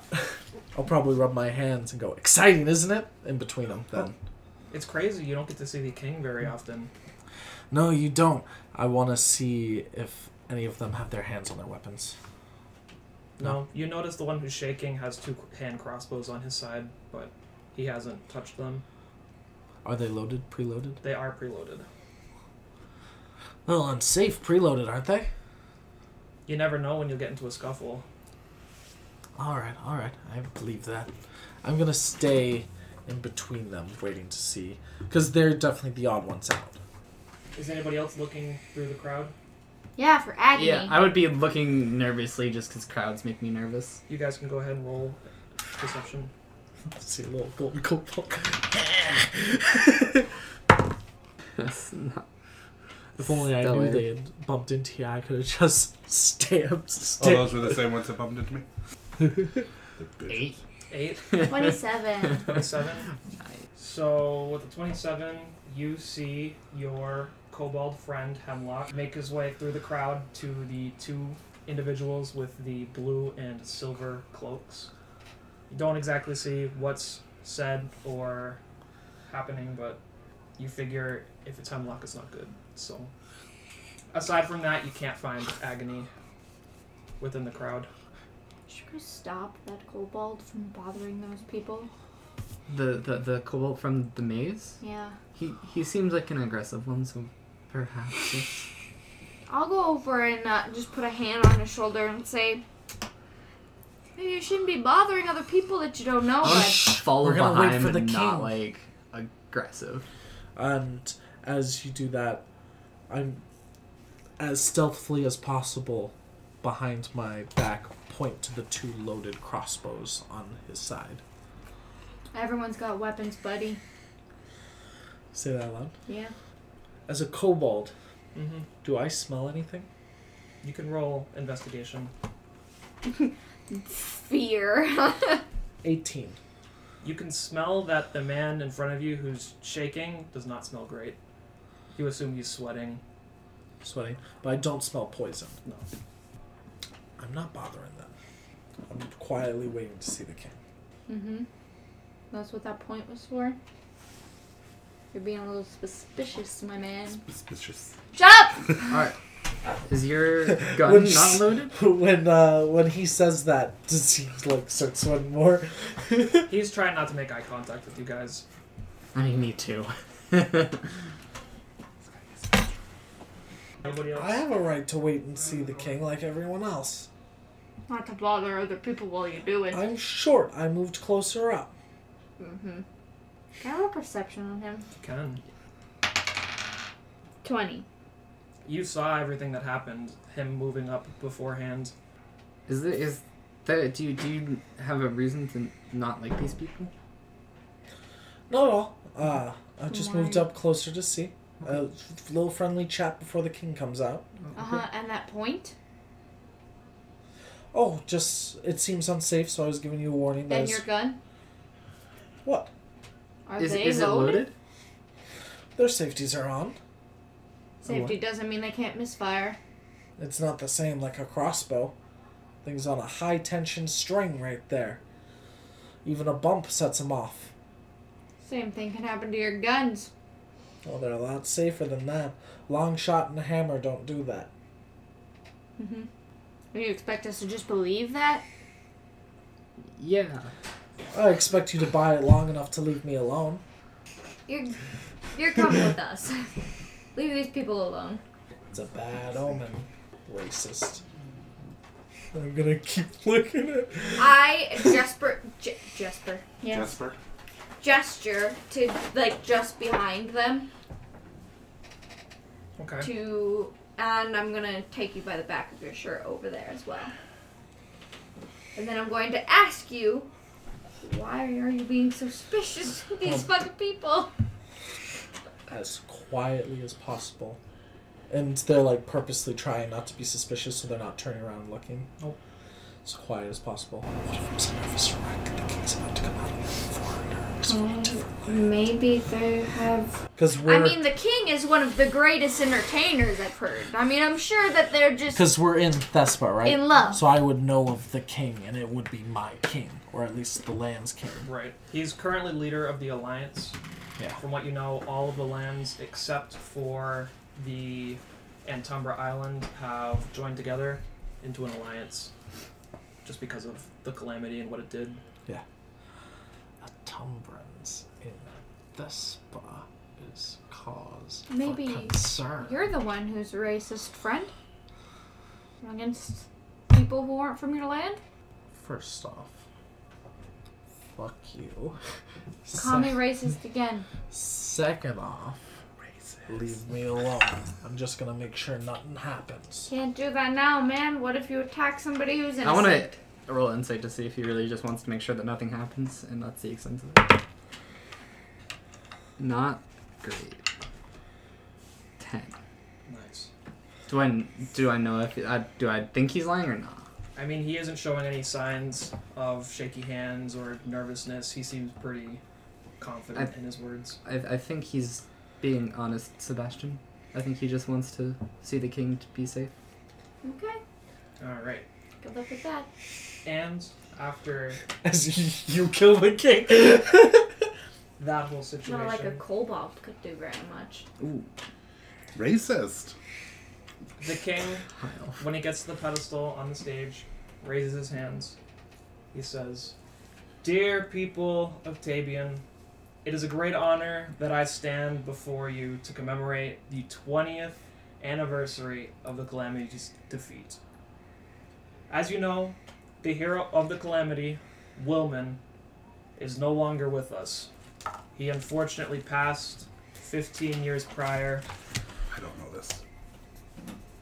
Speaker 3: I'll probably rub my hands and go, "Exciting, isn't it?" In between them, then.
Speaker 5: It's crazy. You don't get to see the king very often.
Speaker 3: No, you don't. I want to see if any of them have their hands on their weapons.
Speaker 5: No, you notice the one who's shaking has two hand crossbows on his side, but he hasn't touched them.
Speaker 3: Are they loaded, preloaded?
Speaker 5: They are preloaded.
Speaker 3: A little unsafe, preloaded, aren't they?
Speaker 5: You never know when you'll get into a scuffle.
Speaker 3: All right, all right. I believe that. I'm gonna stay in between them, waiting to see, because they're definitely the odd ones out.
Speaker 5: Is anybody else looking through the crowd?
Speaker 4: yeah, for agony.
Speaker 6: Yeah, I would be looking nervously just because crowds make me nervous.
Speaker 5: You guys can go ahead and roll deception.
Speaker 3: see a little golden couple.
Speaker 6: That's not-
Speaker 3: if only I
Speaker 6: Stellar.
Speaker 3: knew they had bumped into you, I could have just stabbed.
Speaker 2: Oh,
Speaker 3: Sta-
Speaker 2: those were the same ones that bumped into me? The bitches.
Speaker 6: Eight.
Speaker 5: Eight,
Speaker 4: 27.
Speaker 5: twenty-seven.
Speaker 6: Nice.
Speaker 5: So with the 27, you see your kobold friend Hemlock make his way through the crowd to the two individuals with the blue and silver cloaks. You don't exactly see what's said or happening, but you figure if it's Hemlock, it's not good. So aside from that, you can't find agony within the crowd.
Speaker 4: Should we stop that kobold from bothering those people?
Speaker 6: The, the the cobalt from the maze.
Speaker 4: Yeah.
Speaker 6: He he seems like an aggressive one, so perhaps. just-
Speaker 4: I'll go over and uh, just put a hand on his shoulder and say, Maybe you shouldn't be bothering other people that you don't know.
Speaker 6: I want
Speaker 4: But
Speaker 6: to follow
Speaker 3: We're gonna wait
Speaker 6: behind,
Speaker 3: for the
Speaker 6: but not
Speaker 3: king.
Speaker 6: like aggressive.
Speaker 3: and as you do that, I'm as stealthily as possible behind my back. Point to the two loaded crossbows on his side.
Speaker 4: Everyone's got weapons, buddy.
Speaker 3: Say that aloud.
Speaker 4: Yeah.
Speaker 3: As a kobold,
Speaker 5: Mm-hmm.
Speaker 3: do I smell anything?
Speaker 5: You can roll investigation.
Speaker 4: Fear.
Speaker 3: 18.
Speaker 5: You can smell that the man in front of you who's shaking does not smell great. You assume he's sweating.
Speaker 3: sweating, but I don't smell poison.
Speaker 5: No.
Speaker 3: I'm not bothering them. I'm quietly waiting to see the king.
Speaker 4: hmm That's what that point was for. You're being a little suspicious, my man.
Speaker 2: Suspicious.
Speaker 4: Shut up!
Speaker 6: All right. Is your gun
Speaker 3: Which-
Speaker 6: not loaded?
Speaker 3: when uh, when he says that, does he like start sweating more?
Speaker 5: He's trying not to make eye contact with you guys.
Speaker 6: I mean, me too. I
Speaker 5: Anybody else?
Speaker 3: I have a right to wait and see the king like everyone else.
Speaker 4: Not to bother other people while you do it.
Speaker 3: I'm short. I moved closer up.
Speaker 4: Mm-hmm. Can I roll perception on him?
Speaker 5: You can.
Speaker 4: 20.
Speaker 5: You saw everything that happened. Him moving up beforehand.
Speaker 6: Is it is that do you do you have a reason to not like these people?
Speaker 3: Not at all. Uh, I just moved
Speaker 4: Why?
Speaker 3: up closer to see. A little friendly chat before the king comes out.
Speaker 4: Uh huh. And that point?
Speaker 3: Oh, just it seems unsafe, so I was giving you a warning. That
Speaker 4: And
Speaker 3: is
Speaker 4: your gun?
Speaker 3: what
Speaker 4: Are
Speaker 6: Is,
Speaker 4: they
Speaker 6: is it loaded?
Speaker 3: their safeties are on.
Speaker 4: Safety doesn't mean they can't misfire.
Speaker 3: It's not the same like a crossbow. Thing's on a high tension string right there. Even a bump sets him off.
Speaker 4: Same thing can happen to your guns.
Speaker 3: Well, Oh, they're a lot safer than that. Long shot and a hammer don't do that.
Speaker 4: Mm-hmm. You expect us to just believe that?
Speaker 6: Yeah.
Speaker 3: I expect you to buy it long enough to leave me alone.
Speaker 4: You're, you're coming with us. Leave these people alone.
Speaker 3: It's a bad omen. Racist. I'm gonna keep looking at.
Speaker 4: I, Jesper, J- Jesper, yeah,
Speaker 2: Jesper?
Speaker 4: gesture to like just behind them
Speaker 5: Okay.
Speaker 4: to, and I'm gonna take you by the back of your shirt over there as well. And then I'm going to ask you, why are you being so suspicious of these fucking people?
Speaker 3: as quietly as possible. And they're like purposely trying not to be suspicious so they're not turning around and looking.
Speaker 5: Nope.
Speaker 3: As quiet as possible. What if it's a nervous wreck and the king's about to come out of the foreigners?
Speaker 4: Maybe they have.
Speaker 3: Because
Speaker 4: I
Speaker 3: we're,
Speaker 4: mean, the king is one of the greatest entertainers I've heard. I mean, I'm sure that they're just.
Speaker 3: because we're in Thespa, right?
Speaker 4: In love.
Speaker 3: So I would know of the king and it would be my king, or at least the land's king.
Speaker 5: Right. He's currently leader of the Alliance.
Speaker 3: Yeah.
Speaker 5: From what you know, all of the lands except for the Antumbra Island have joined together into an alliance just because of the calamity and what it did.
Speaker 3: Atumbrans in Thespa is cause
Speaker 4: Maybe
Speaker 3: for concern.
Speaker 4: You're the one who's a racist friend. Against people who aren't from your land?
Speaker 3: First off, fuck you.
Speaker 4: Call me racist again.
Speaker 3: Second off, leave me alone. I'm just gonna make sure nothing happens.
Speaker 4: Can't do that now, man. What if you attack somebody who's innocent?
Speaker 6: I want to roll insight to see if he really just wants to make sure that nothing happens, and that's the extent of it. Not great. Ten.
Speaker 5: Nice.
Speaker 6: Do I do I know if I do I think he's lying or not?
Speaker 5: I mean, he isn't showing any signs of shaky hands or nervousness. He seems pretty confident
Speaker 6: I-
Speaker 5: in his words.
Speaker 6: I, I think he's being honest, Sebastian. I think he just wants to see the king to be safe.
Speaker 4: Okay,
Speaker 5: All right.
Speaker 4: good luck with that.
Speaker 5: And after
Speaker 3: As you kill the king.
Speaker 5: that whole
Speaker 4: It's
Speaker 5: situation,
Speaker 4: Not like a kobold could do very much.
Speaker 6: Ooh,
Speaker 2: Racist.
Speaker 5: the king
Speaker 6: high elf.
Speaker 5: When he gets to the pedestal on the stage, raises his hands. He says, "Dear people of Tabian, it is a great honor that I stand before you to commemorate the 20th anniversary of the calamity's defeat. As you know, the hero of the calamity, Wilman, is no longer with us. He unfortunately passed 15 years prior
Speaker 2: I don't know this.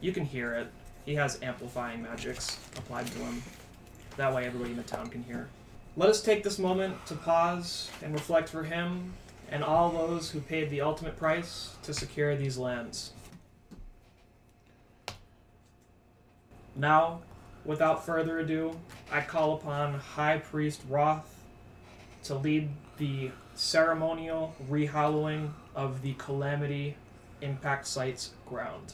Speaker 5: you can hear it. He has amplifying magics applied to him. That way, everybody in the town can hear. Let us take this moment to pause and reflect for him and all those who paid the ultimate price to secure these lands. Now, without further ado, I call upon High Priest Roth to lead the ceremonial rehollowing of the Calamity Impact Site's ground.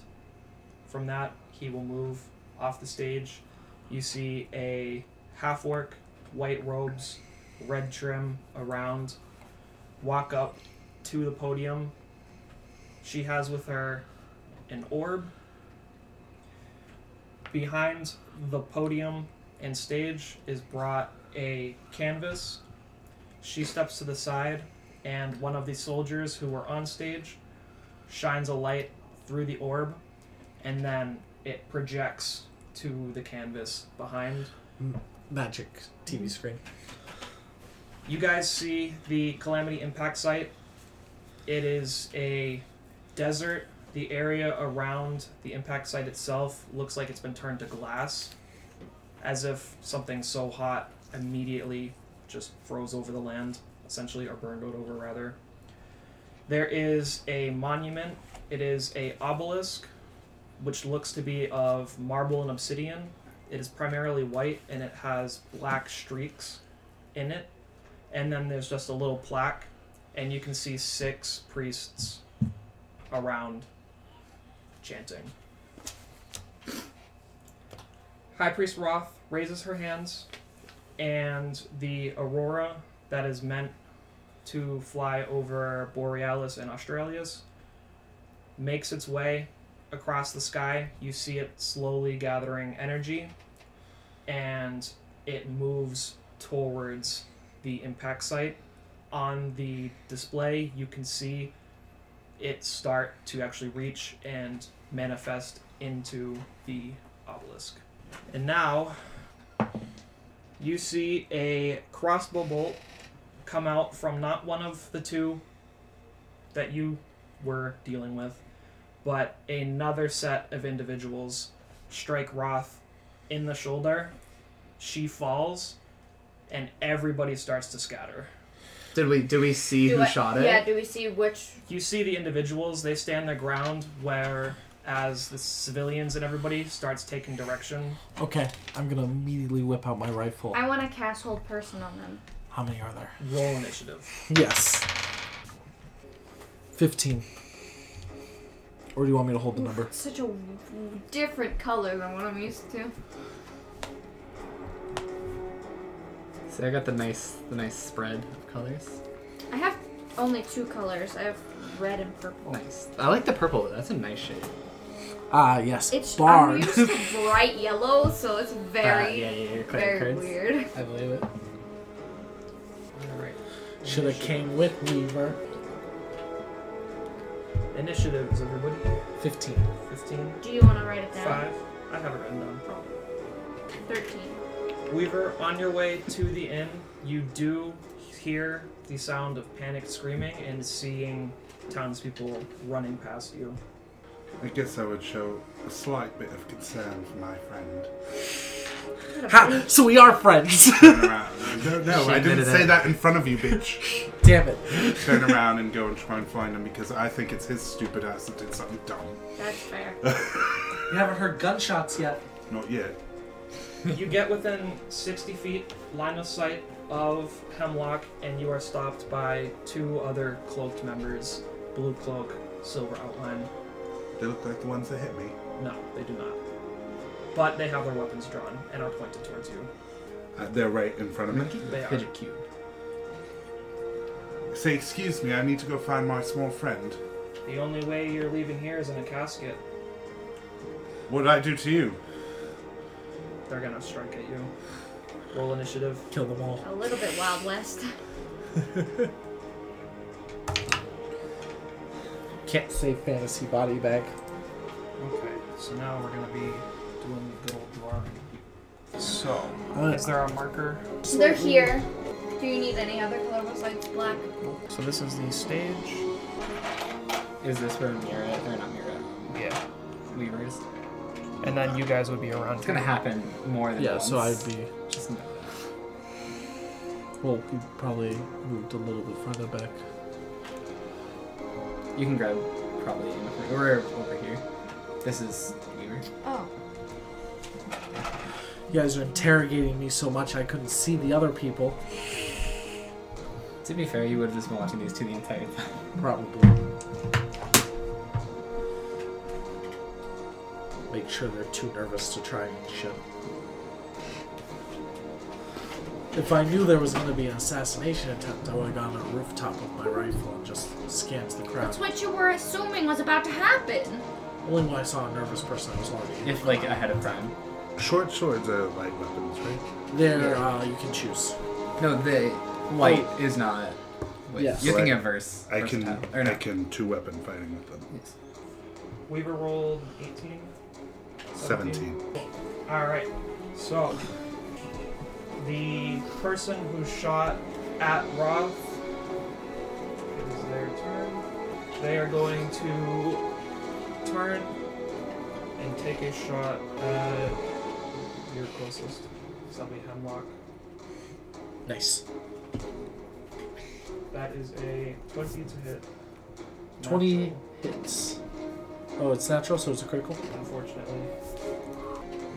Speaker 5: From that, he will move off the stage. You see a half orc, white robes, red trim around, walk up to the podium. She has with her an orb. Behind the podium and stage is brought a canvas. She steps to the side, and one of the soldiers who were on stage shines a light through the orb and then it projects to the canvas behind.
Speaker 3: Magic TV screen.
Speaker 5: You guys see the Calamity Impact Site. It is a desert. The area around the impact site itself looks like it's been turned to glass, as if something so hot immediately just froze over the land, essentially, or burned it over, rather. There is a monument. It is a obelisk, which looks to be of marble and obsidian. It is primarily white and it has black streaks in it and then there's just a little plaque, and you can see six priests around chanting. High Priest Roth raises her hands, and the aurora that is meant to fly over Borealis and Australis makes its way across the sky. You see it slowly gathering energy, and it moves towards the impact site. On the display, you can see it start to actually reach and manifest into the obelisk. And now you see a crossbow bolt come out from not one of the two that you were dealing with, but another set of individuals strike Roth in the shoulder. She falls, and everybody starts to scatter.
Speaker 6: Did we did we see
Speaker 4: Do
Speaker 6: who
Speaker 4: I-
Speaker 6: shot it?
Speaker 4: Yeah, do we see which?
Speaker 5: You see the individuals, they stand their ground where as the civilians and everybody starts taking direction.
Speaker 3: Okay, I'm gonna immediately whip out my rifle.
Speaker 4: I want to cast hold person on them.
Speaker 3: How many are there?
Speaker 5: Roll initiative.
Speaker 3: Yes. 15. Or do you want me to hold the number?
Speaker 4: Such a w- w- different color than what I'm used to.
Speaker 6: See, I got the nice the nice spread of colors.
Speaker 4: I have only two colors. I have red and purple.
Speaker 6: Nice. I like the purple. though. That's a nice shade.
Speaker 3: Ah, yes.
Speaker 4: It's I'm
Speaker 3: Bard.
Speaker 4: used to bright yellow, so it's
Speaker 6: Uh,
Speaker 4: very,
Speaker 6: yeah, yeah, yeah. Credit
Speaker 4: very
Speaker 6: cards.
Speaker 4: weird.
Speaker 6: I believe it.
Speaker 5: Alright.
Speaker 3: Should have came with Weaver.
Speaker 5: Initiative is everybody?
Speaker 3: 15.
Speaker 5: 15?
Speaker 4: Do you want to write it down?
Speaker 5: 5? I have it written down.
Speaker 4: Thirteen.
Speaker 5: Weaver, on your way to the inn, you do hear the sound of panicked screaming and seeing townspeople running past you.
Speaker 2: I guess I would show a slight bit of concern for my friend.
Speaker 3: Ha! So we are friends!
Speaker 2: Turn around. no, no, I didn't
Speaker 6: admitted
Speaker 2: say
Speaker 6: it.
Speaker 2: that in front of you, bitch.
Speaker 3: Damn it.
Speaker 2: Turn around and go and try and find him because I think it's his stupid ass that did something dumb.
Speaker 4: That's fair.
Speaker 3: You haven't heard gunshots yet.
Speaker 2: Not yet.
Speaker 5: You get within 60 feet line of sight of Hemlock, and you are stopped by two other cloaked members Blue Cloak, Silver Outline.
Speaker 2: They look like the ones that hit me.
Speaker 5: No, they do not. But they have their weapons drawn and are pointed towards you.
Speaker 2: Uh, they're right in front of me.
Speaker 5: They are.
Speaker 6: Fidget cube.
Speaker 2: Say, excuse me, I need to go find my small friend.
Speaker 5: The only way you're leaving here is in a casket.
Speaker 2: What did I do to you?
Speaker 5: They're gonna strike at you. Roll initiative.
Speaker 3: Kill them all.
Speaker 4: A little bit Wild West.
Speaker 3: Can't save fantasy body bag.
Speaker 5: Okay, so now we're gonna be doing the good old dwarven. So, is there a marker?
Speaker 4: They're here. Do you need any other color besides black?
Speaker 5: So this is the stage.
Speaker 6: Is this where Mira or not Mira?
Speaker 5: Yeah.
Speaker 6: Weavers.
Speaker 5: And then you guys would be around.
Speaker 6: It's gonna happen more than
Speaker 3: Yeah,
Speaker 6: once.
Speaker 3: so I'd be.
Speaker 6: Just know
Speaker 3: Well, we probably moved a little bit further back.
Speaker 6: that. You can grab probably enough. We're over here. This is Weaver.
Speaker 4: Oh.
Speaker 3: You guys are interrogating me so much I couldn't see the other people.
Speaker 6: To be fair, you would have just been watching these two the entire time.
Speaker 3: Probably. Make sure they're too nervous to try and shit. If I knew there was going to be an assassination attempt, I would have gone to the rooftop with my rifle and just scanned the crowd.
Speaker 4: That's what you were assuming was about to happen.
Speaker 3: Only when I saw a nervous person, I was already.
Speaker 6: If like ahead of time.
Speaker 2: Short swords are light weapons, right?
Speaker 3: There, uh, you can choose.
Speaker 6: No, the light is not. Wait,
Speaker 3: Yes.
Speaker 6: You're
Speaker 2: Well,
Speaker 6: thinking
Speaker 2: Oh. I-
Speaker 6: of verse.
Speaker 2: I can
Speaker 6: versatile, Or
Speaker 2: I
Speaker 6: no.
Speaker 2: can two weapon fighting with them.
Speaker 6: Yes.
Speaker 5: Weaver rolled 18.
Speaker 2: Seventeen.
Speaker 5: Alright, so the person who shot at Roth, it is their turn. They are going to turn and take a shot at your closest. So that'll be Hemlock.
Speaker 3: Nice.
Speaker 5: That is a 20 to hit.
Speaker 3: 20
Speaker 5: Natural,
Speaker 3: hits. Oh, it's natural, so it's a critical?
Speaker 5: Unfortunately.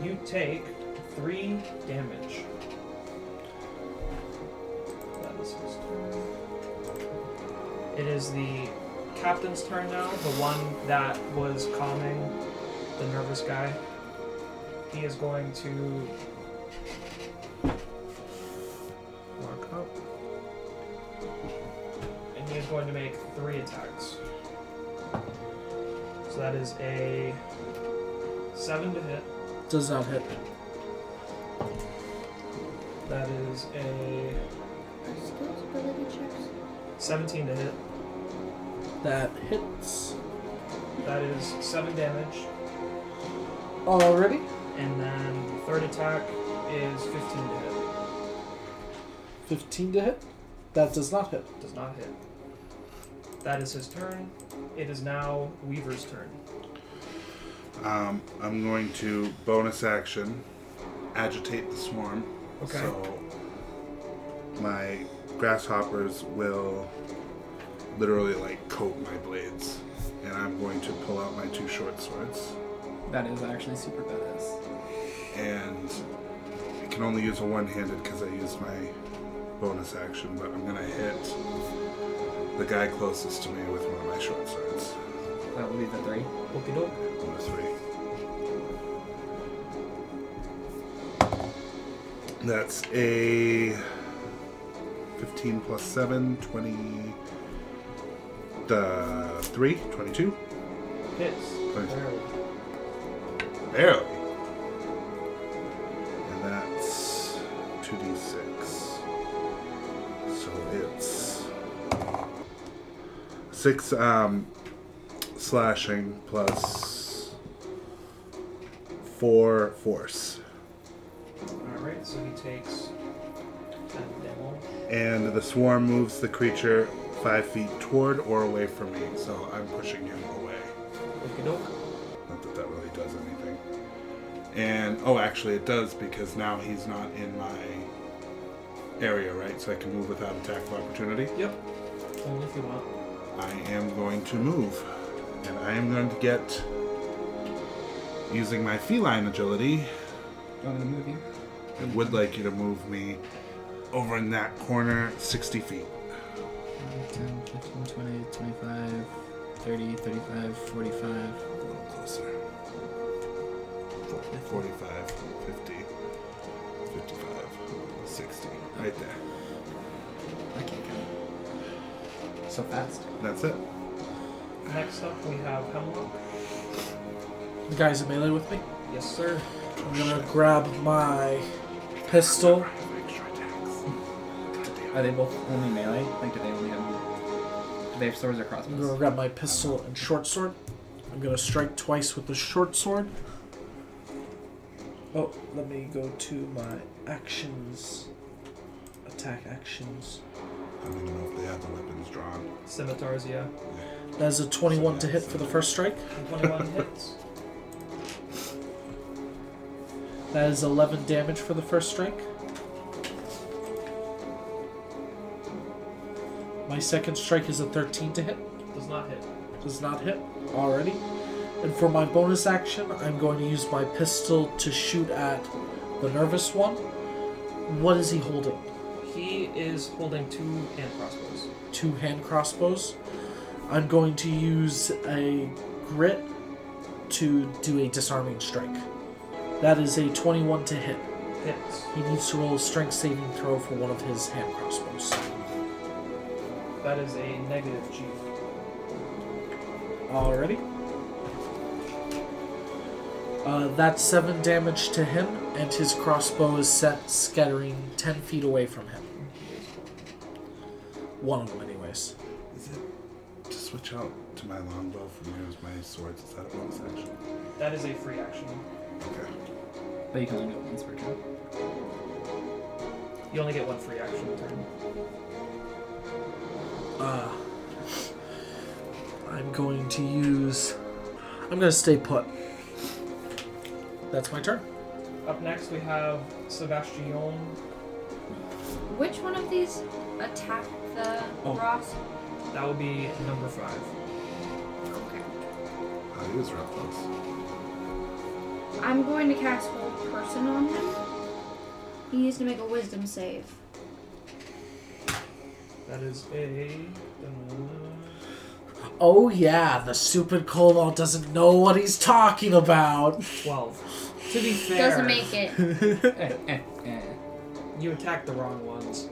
Speaker 5: You take 3 damage. That is his turn. It is the captain's turn now, the one that was calming the nervous guy. He is going to walk up. And he is going to make three attacks. So that is a seven to hit.
Speaker 3: Does not hit.
Speaker 5: That is a 17 to hit.
Speaker 3: That hits.
Speaker 5: That is seven damage.
Speaker 3: Already?
Speaker 5: And then the third attack is 15 to hit.
Speaker 3: 15 to hit? That does not hit.
Speaker 5: Does not hit. That is his turn. It is now Weaver's turn.
Speaker 2: Um, I'm going to bonus action agitate the swarm.
Speaker 5: Okay.
Speaker 2: So my grasshoppers will literally like coat my blades, and I'm going to pull out my two short swords.
Speaker 6: That is actually super badass.
Speaker 2: And I can only use a one-handed because I used my bonus action, but I'm gonna hit the guy closest to me with one of my short swords.
Speaker 6: That will be the three.
Speaker 5: Okie doke.
Speaker 2: One of three. That's a 15 plus 7, 20. The 3, 22.
Speaker 5: Hits.
Speaker 2: Thanks.
Speaker 5: Barely.
Speaker 2: Barely. And that's 2d6. So it's 6 um, slashing plus 4 force.
Speaker 5: Alright, so he takes 10 damage.
Speaker 2: And the swarm moves the creature 5 feet toward or away from me, so I'm pushing him away.
Speaker 5: Okie doke.
Speaker 2: Not that that really does anything. And oh, actually, it does because now he's not in my area, right? So I can move without attack of opportunity.
Speaker 5: Yep. Only if you want.
Speaker 2: I am going to move, and I am going to get using my feline
Speaker 6: Do
Speaker 2: agility.
Speaker 6: you want me to move you?
Speaker 2: I would like you to move me over in that corner, 60 feet.
Speaker 6: 10, 15, 20, 25, 30, 35, 45.
Speaker 2: A little closer. 45, 50, 55, 60. Right there.
Speaker 6: I can't count. So fast?
Speaker 2: That's it.
Speaker 5: Next up, we have Hemlock.
Speaker 3: The guy's in melee with me.
Speaker 5: Yes, sir.
Speaker 3: I'm gonna grab my pistol.
Speaker 2: Extra attacks.
Speaker 6: Are they both only melee? Like, do they only have. Do they have swords or
Speaker 3: I'm gonna
Speaker 6: crossbows?
Speaker 3: grab my pistol and short sword. I'm gonna strike twice with the short sword. Oh, let me go to my actions. Attack actions.
Speaker 2: I don't even know if they have the weapons drawn.
Speaker 5: Scimitars, yeah.
Speaker 3: That is a 21 to hit for the first strike.
Speaker 5: 21 hits.
Speaker 3: That is 11 damage for the first strike. My second strike is a 13 to hit.
Speaker 5: Does not hit.
Speaker 3: Does not hit already. And for my bonus action, I'm going to use my pistol to shoot at the nervous one. What is he holding?
Speaker 5: He is holding two hand crossbows.
Speaker 3: Two hand crossbows. I'm going to use a grit to do a disarming strike. That is a 21 to hit.
Speaker 5: Hits.
Speaker 3: He needs to roll a strength saving throw for one of his hand crossbows.
Speaker 5: That is a negative G.
Speaker 3: Already. Uh, that's seven damage to him, and his crossbow is set scattering ten feet away from him. One of them, anyways.
Speaker 2: Is it to switch out to my longbow from yours, my swords? Is that a bonus action?
Speaker 5: That is a free action.
Speaker 2: Okay.
Speaker 6: But you can only do it once per turn.
Speaker 5: You only get one free action a turn.
Speaker 3: Uh, I'm going to use. I'm going to stay put. That's my turn.
Speaker 5: Up next, we have Sebastian.
Speaker 4: Which one of these attack the
Speaker 3: Oh.
Speaker 4: Ross?
Speaker 5: That will be number five.
Speaker 4: Okay.
Speaker 2: Oh, he was real close.
Speaker 4: I'm going to cast Hold Person on him. He needs to make a Wisdom save.
Speaker 5: That is a. uh,
Speaker 3: Oh, yeah, the stupid Cobalt doesn't know what he's talking about. Uh,
Speaker 5: 12. To be fair,
Speaker 4: Doesn't make it.
Speaker 6: Eh, eh, eh.
Speaker 5: you attacked the wrong ones.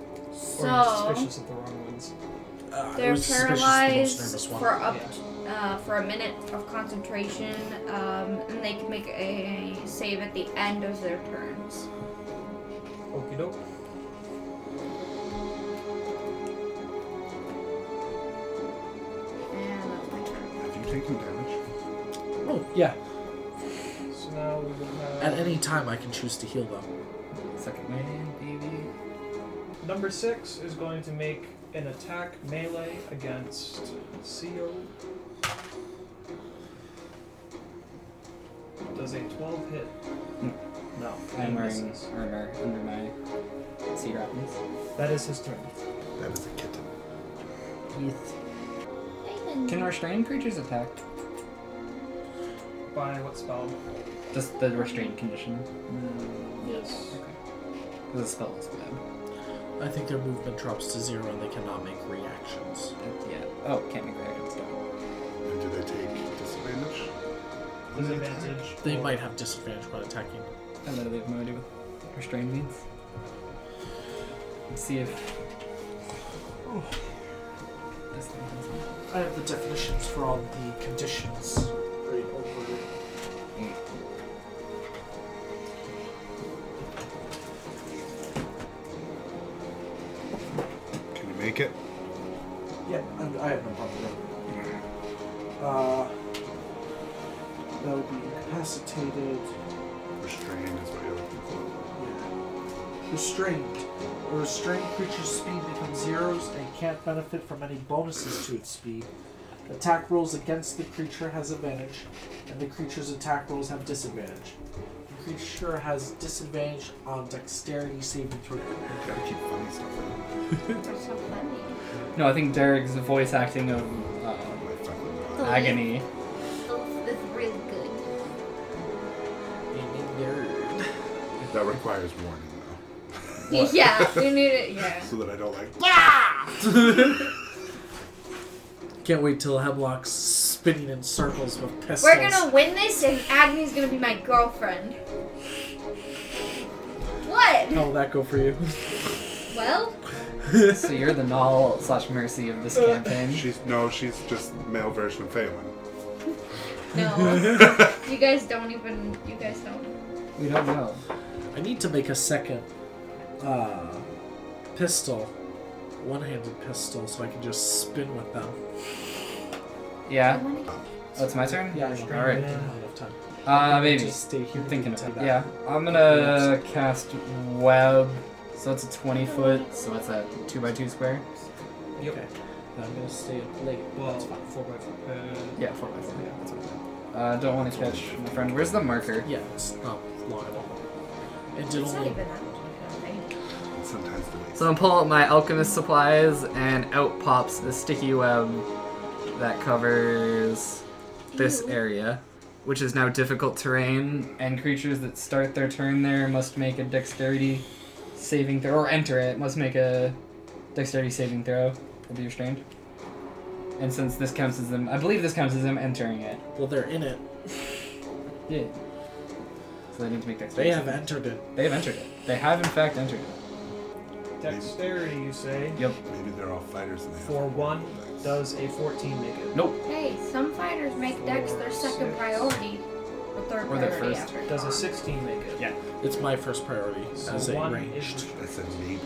Speaker 5: Or you're
Speaker 4: So
Speaker 5: suspicious of the wrong ones.
Speaker 3: Uh, I
Speaker 4: they're
Speaker 3: was suspicious of the most nervous
Speaker 4: paralyzed
Speaker 3: one.
Speaker 4: for up
Speaker 5: Yeah.
Speaker 4: uh, for a minute of concentration, um, and they can make a save at the end of their turns.
Speaker 5: Okie doke.
Speaker 4: And that's my turn.
Speaker 2: Have you taken damage?
Speaker 3: Oh, yeah.
Speaker 5: So now we will have.
Speaker 3: At any time, I can choose to heal them.
Speaker 6: Second man, baby.
Speaker 5: Number six is going to make an attack melee against CO. Does a 12 hit? No.
Speaker 1: I'm
Speaker 5: he
Speaker 1: wearing
Speaker 5: misses.
Speaker 1: armor under my sea weapons.
Speaker 5: That is his turn.
Speaker 2: That is a kitten.
Speaker 1: Can restrained creatures attack?
Speaker 5: By what spell?
Speaker 1: Just the restrained condition.
Speaker 5: Yes.
Speaker 1: Because the spell is bad.
Speaker 3: I think their movement drops to zero and they cannot make reactions.
Speaker 1: But yeah. Oh, can't make reactions. Go.
Speaker 2: And do they take disadvantage?
Speaker 5: Disadvantage.
Speaker 3: They
Speaker 5: or-
Speaker 3: might have disadvantage when attacking.
Speaker 1: I literally have no idea what restrained means. Let's see if. This thing does it.
Speaker 3: I have the definitions for all the conditions. Right over.
Speaker 2: Can you make it?
Speaker 7: Yeah, and I have no problem with that. Uh, that would be incapacitated,
Speaker 2: Restrained is what you're looking for.
Speaker 7: yeah. restrained. A restrained creature's speed becomes zeros and can't benefit from any bonuses to its speed. Attack rolls against the creature has advantage, and the creature's attack rolls have disadvantage. The creature has disadvantage on dexterity saving throw.
Speaker 2: You gotta keep funny stuff in.
Speaker 4: That's so funny.
Speaker 1: No, I think Derek's voice acting of uh,
Speaker 2: My fucking life.
Speaker 1: agony.
Speaker 4: Oh, This is really good.
Speaker 2: That requires warning though,
Speaker 4: Yeah, we need it. Yeah.
Speaker 2: so that I don't like.
Speaker 3: Can't wait till Hemlock's spinning in circles with pistols.
Speaker 4: We're gonna win this, and Agnes is gonna be my girlfriend. What?
Speaker 3: How will that go for you?
Speaker 4: Well,
Speaker 1: so you're the null slash mercy of this campaign.
Speaker 2: She's no, she's just male version of Phelan.
Speaker 4: no. you guys don't even. You guys don't.
Speaker 1: We don't know.
Speaker 3: I need to make a second uh, pistol, one-handed pistol, so I can just spin with them.
Speaker 1: Yeah.
Speaker 4: wanna-
Speaker 1: Oh, it's my turn.
Speaker 3: Yeah, I
Speaker 5: Restrained
Speaker 1: All right.
Speaker 3: I don't
Speaker 5: man.
Speaker 3: have enough time.
Speaker 1: Uh, maybe.
Speaker 3: Just stay here.
Speaker 1: I'm thinking
Speaker 3: Do
Speaker 1: about
Speaker 3: that.
Speaker 1: Yeah, I'm gonna cast web. So it's a 20 foot. So it's a two by two square.
Speaker 5: Yep.
Speaker 3: Okay. Then I'm gonna stay up late.
Speaker 5: Well,
Speaker 3: That's fine.
Speaker 5: 4 by 4. Uh,
Speaker 1: Yeah, four by four. Yeah, that's what I thought. uh, don't want to catch my friend. Where's the marker?
Speaker 3: Yeah, it's not long at all. It did
Speaker 4: It's not
Speaker 3: only.
Speaker 4: even that much. of a thing.
Speaker 2: And sometimes the way.
Speaker 6: So I'm pulling out my alchemist supplies, and out pops the sticky web that covers this
Speaker 4: Ew.
Speaker 6: area, which is now difficult terrain.
Speaker 1: And creatures that start their turn there must make a dexterity saving throw, or enter it must make a dexterity saving throw or be restrained. And since this counts as them, I believe this counts as them entering it.
Speaker 3: Well, they're in it.
Speaker 1: Yeah. So they need to make dexterity.
Speaker 3: They have
Speaker 1: saving-
Speaker 3: entered it.
Speaker 1: They have entered it. They have in fact entered it.
Speaker 5: dexterity, you say.
Speaker 1: Yep.
Speaker 2: Maybe they're all fighters and they have
Speaker 5: For one,
Speaker 2: Nice.
Speaker 5: does a 14 make it?
Speaker 4: Hey, some fighters make decks their second
Speaker 5: Six.
Speaker 4: priority or third
Speaker 1: Or their
Speaker 4: priority
Speaker 1: first.
Speaker 4: after.
Speaker 5: Does a
Speaker 4: dark.
Speaker 5: 16 make it?
Speaker 1: Yeah.
Speaker 3: It's my first priority
Speaker 5: So
Speaker 3: as a
Speaker 5: one
Speaker 3: ranged.
Speaker 5: is
Speaker 2: That's a maybe.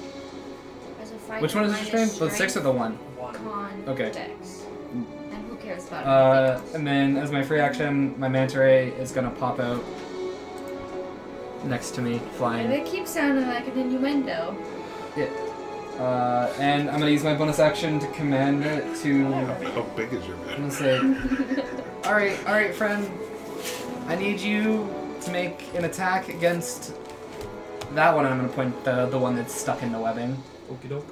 Speaker 4: As a fighter,
Speaker 1: Which one is
Speaker 4: mine
Speaker 1: restrained? The six or
Speaker 4: strength,
Speaker 1: the one?
Speaker 5: one.
Speaker 4: con,
Speaker 1: Okay. Mm.
Speaker 4: dex. And who cares about
Speaker 1: Uh,
Speaker 4: anything else?
Speaker 1: and then as my free action, my manta ray is gonna pop out next to me,
Speaker 4: And
Speaker 1: flying.
Speaker 4: it keeps sounding like an innuendo.
Speaker 1: Uh, and I'm gonna use my bonus action to command it to.
Speaker 2: How big is your
Speaker 1: I'm
Speaker 2: man?
Speaker 1: gonna say, all right, all right, friend, I need you to make an attack against that one. and I'm gonna point the the one that's stuck in the webbing,
Speaker 5: Okie doke.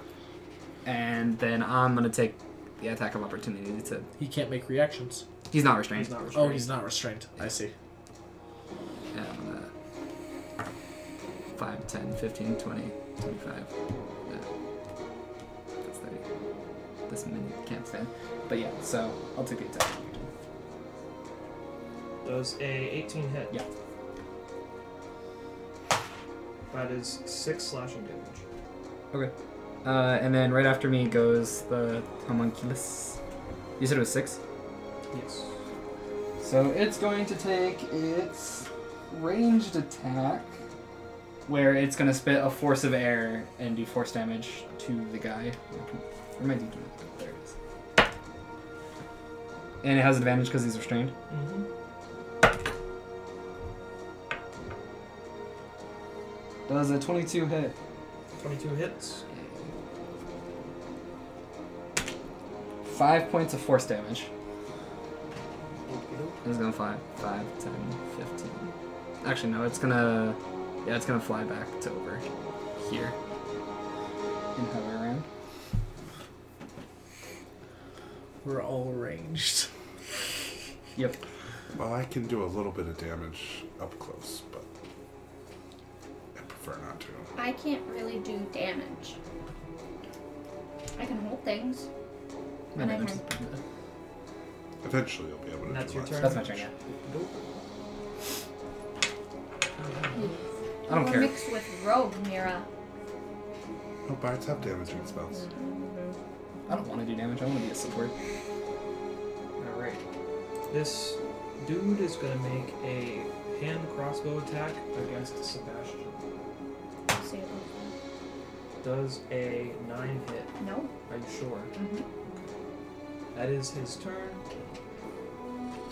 Speaker 1: and then I'm gonna take the attack of opportunity to.
Speaker 3: He can't make reactions.
Speaker 1: He's not restrained.
Speaker 5: He's not restrained.
Speaker 3: Oh, he's not restrained. I see.
Speaker 1: Yeah, I'm gonna- uh,
Speaker 6: 5, 10, 15, 20, 25. Yeah.
Speaker 1: Uh,
Speaker 6: That's 30. This mini can't stand.
Speaker 1: But yeah, so I'll take the attack.
Speaker 5: Does a 18 hit?
Speaker 1: Yeah.
Speaker 5: That is 6 slashing damage.
Speaker 1: Uh, and then right after me goes the homunculus. You said it was six?
Speaker 5: Yes.
Speaker 1: So it's going to take its ranged attack, where it's going to spit a force of air and do force damage to the guy. Or might do there it is. And it has advantage because he's restrained.
Speaker 5: Mm-hmm.
Speaker 1: Does a 22 hit?
Speaker 5: 22 hits.
Speaker 1: Yeah. five points of force damage. It's gonna fly 5, 10, 15. Actually, no, it's gonna. Yeah, it's gonna fly back to over here. And hover around.
Speaker 3: We're all ranged.
Speaker 1: Yep.
Speaker 2: Well, I can do a little bit of damage up close, but I prefer not to.
Speaker 4: I can't really do damage. I can hold things.
Speaker 1: My
Speaker 4: And I
Speaker 1: damage.
Speaker 2: Eventually, you'll be able to.
Speaker 5: And that's
Speaker 2: do
Speaker 5: your
Speaker 2: lots of
Speaker 1: That's my
Speaker 2: damage.
Speaker 1: turn, yeah. I
Speaker 4: We're
Speaker 1: don't care.
Speaker 4: mixed with rogue, Mira.
Speaker 2: Oh, bards have damaging spells.
Speaker 1: I don't wanna do damage, I wanna be a support.
Speaker 5: Alright. This dude is gonna make a hand crossbow attack against Sebastian.
Speaker 4: Say it over.
Speaker 5: Does a 9 hit.
Speaker 4: No.
Speaker 5: Are you sure?
Speaker 4: Mhm.
Speaker 5: Mm-hmm. That is his turn.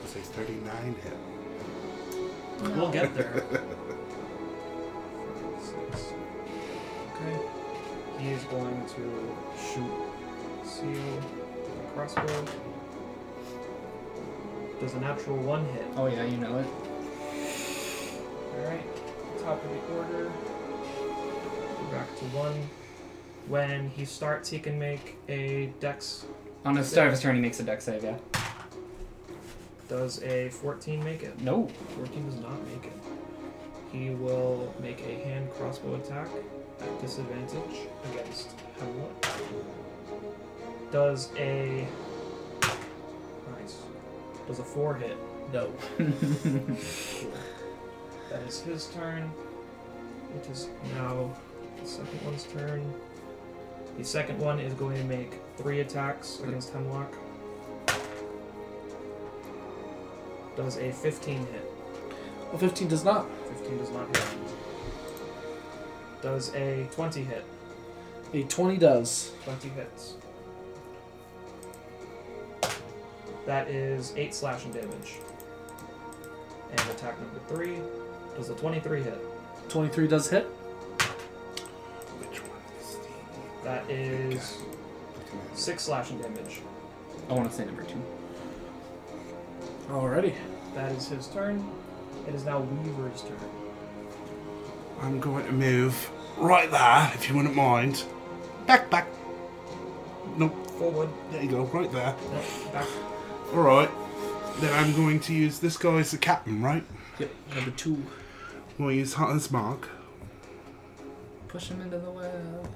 Speaker 2: Does a 39 hit?
Speaker 4: no.
Speaker 5: We'll get there. Six. Okay. He is going to shoot Seal with a crossbow. Does a natural 1 hit.
Speaker 1: Oh, yeah, you know it.
Speaker 5: Alright, top of the order. We're back to one. When he starts, he can make a dex.
Speaker 1: On the start of his turn, he makes a deck save, yeah.
Speaker 5: Does a 14 make it?
Speaker 1: No.
Speaker 5: 14 does not make it. He will make a hand crossbow attack at disadvantage against Hamlet. Does a. Nice. Does a 4 hit?
Speaker 3: No.
Speaker 5: That is his turn. It is now the second one's turn. The second one is going to make three attacks against Hemlock. Does a 15 hit?
Speaker 3: Well, 15 does not.
Speaker 5: 15 does not hit. Does a 20 hit?
Speaker 3: A 20 does.
Speaker 5: 20 hits. That is 8 slashing damage. And attack number 3. Does a 23 hit?
Speaker 3: 23 does hit.
Speaker 2: Which one is the.
Speaker 5: That is 6 slashing damage.
Speaker 1: I wanna say number 2.
Speaker 3: Alrighty.
Speaker 5: That is his turn. It is now Weaver's turn.
Speaker 2: I'm going to move right there, if you wouldn't mind. Back, back. Nope,
Speaker 5: Forward.
Speaker 2: there you go, right there.
Speaker 5: No, back.
Speaker 2: Alright. Then I'm going to use this guy as the captain, right?
Speaker 3: Yep. Number two.
Speaker 2: I'm going to use Hunter's Mark.
Speaker 1: Push him into the well.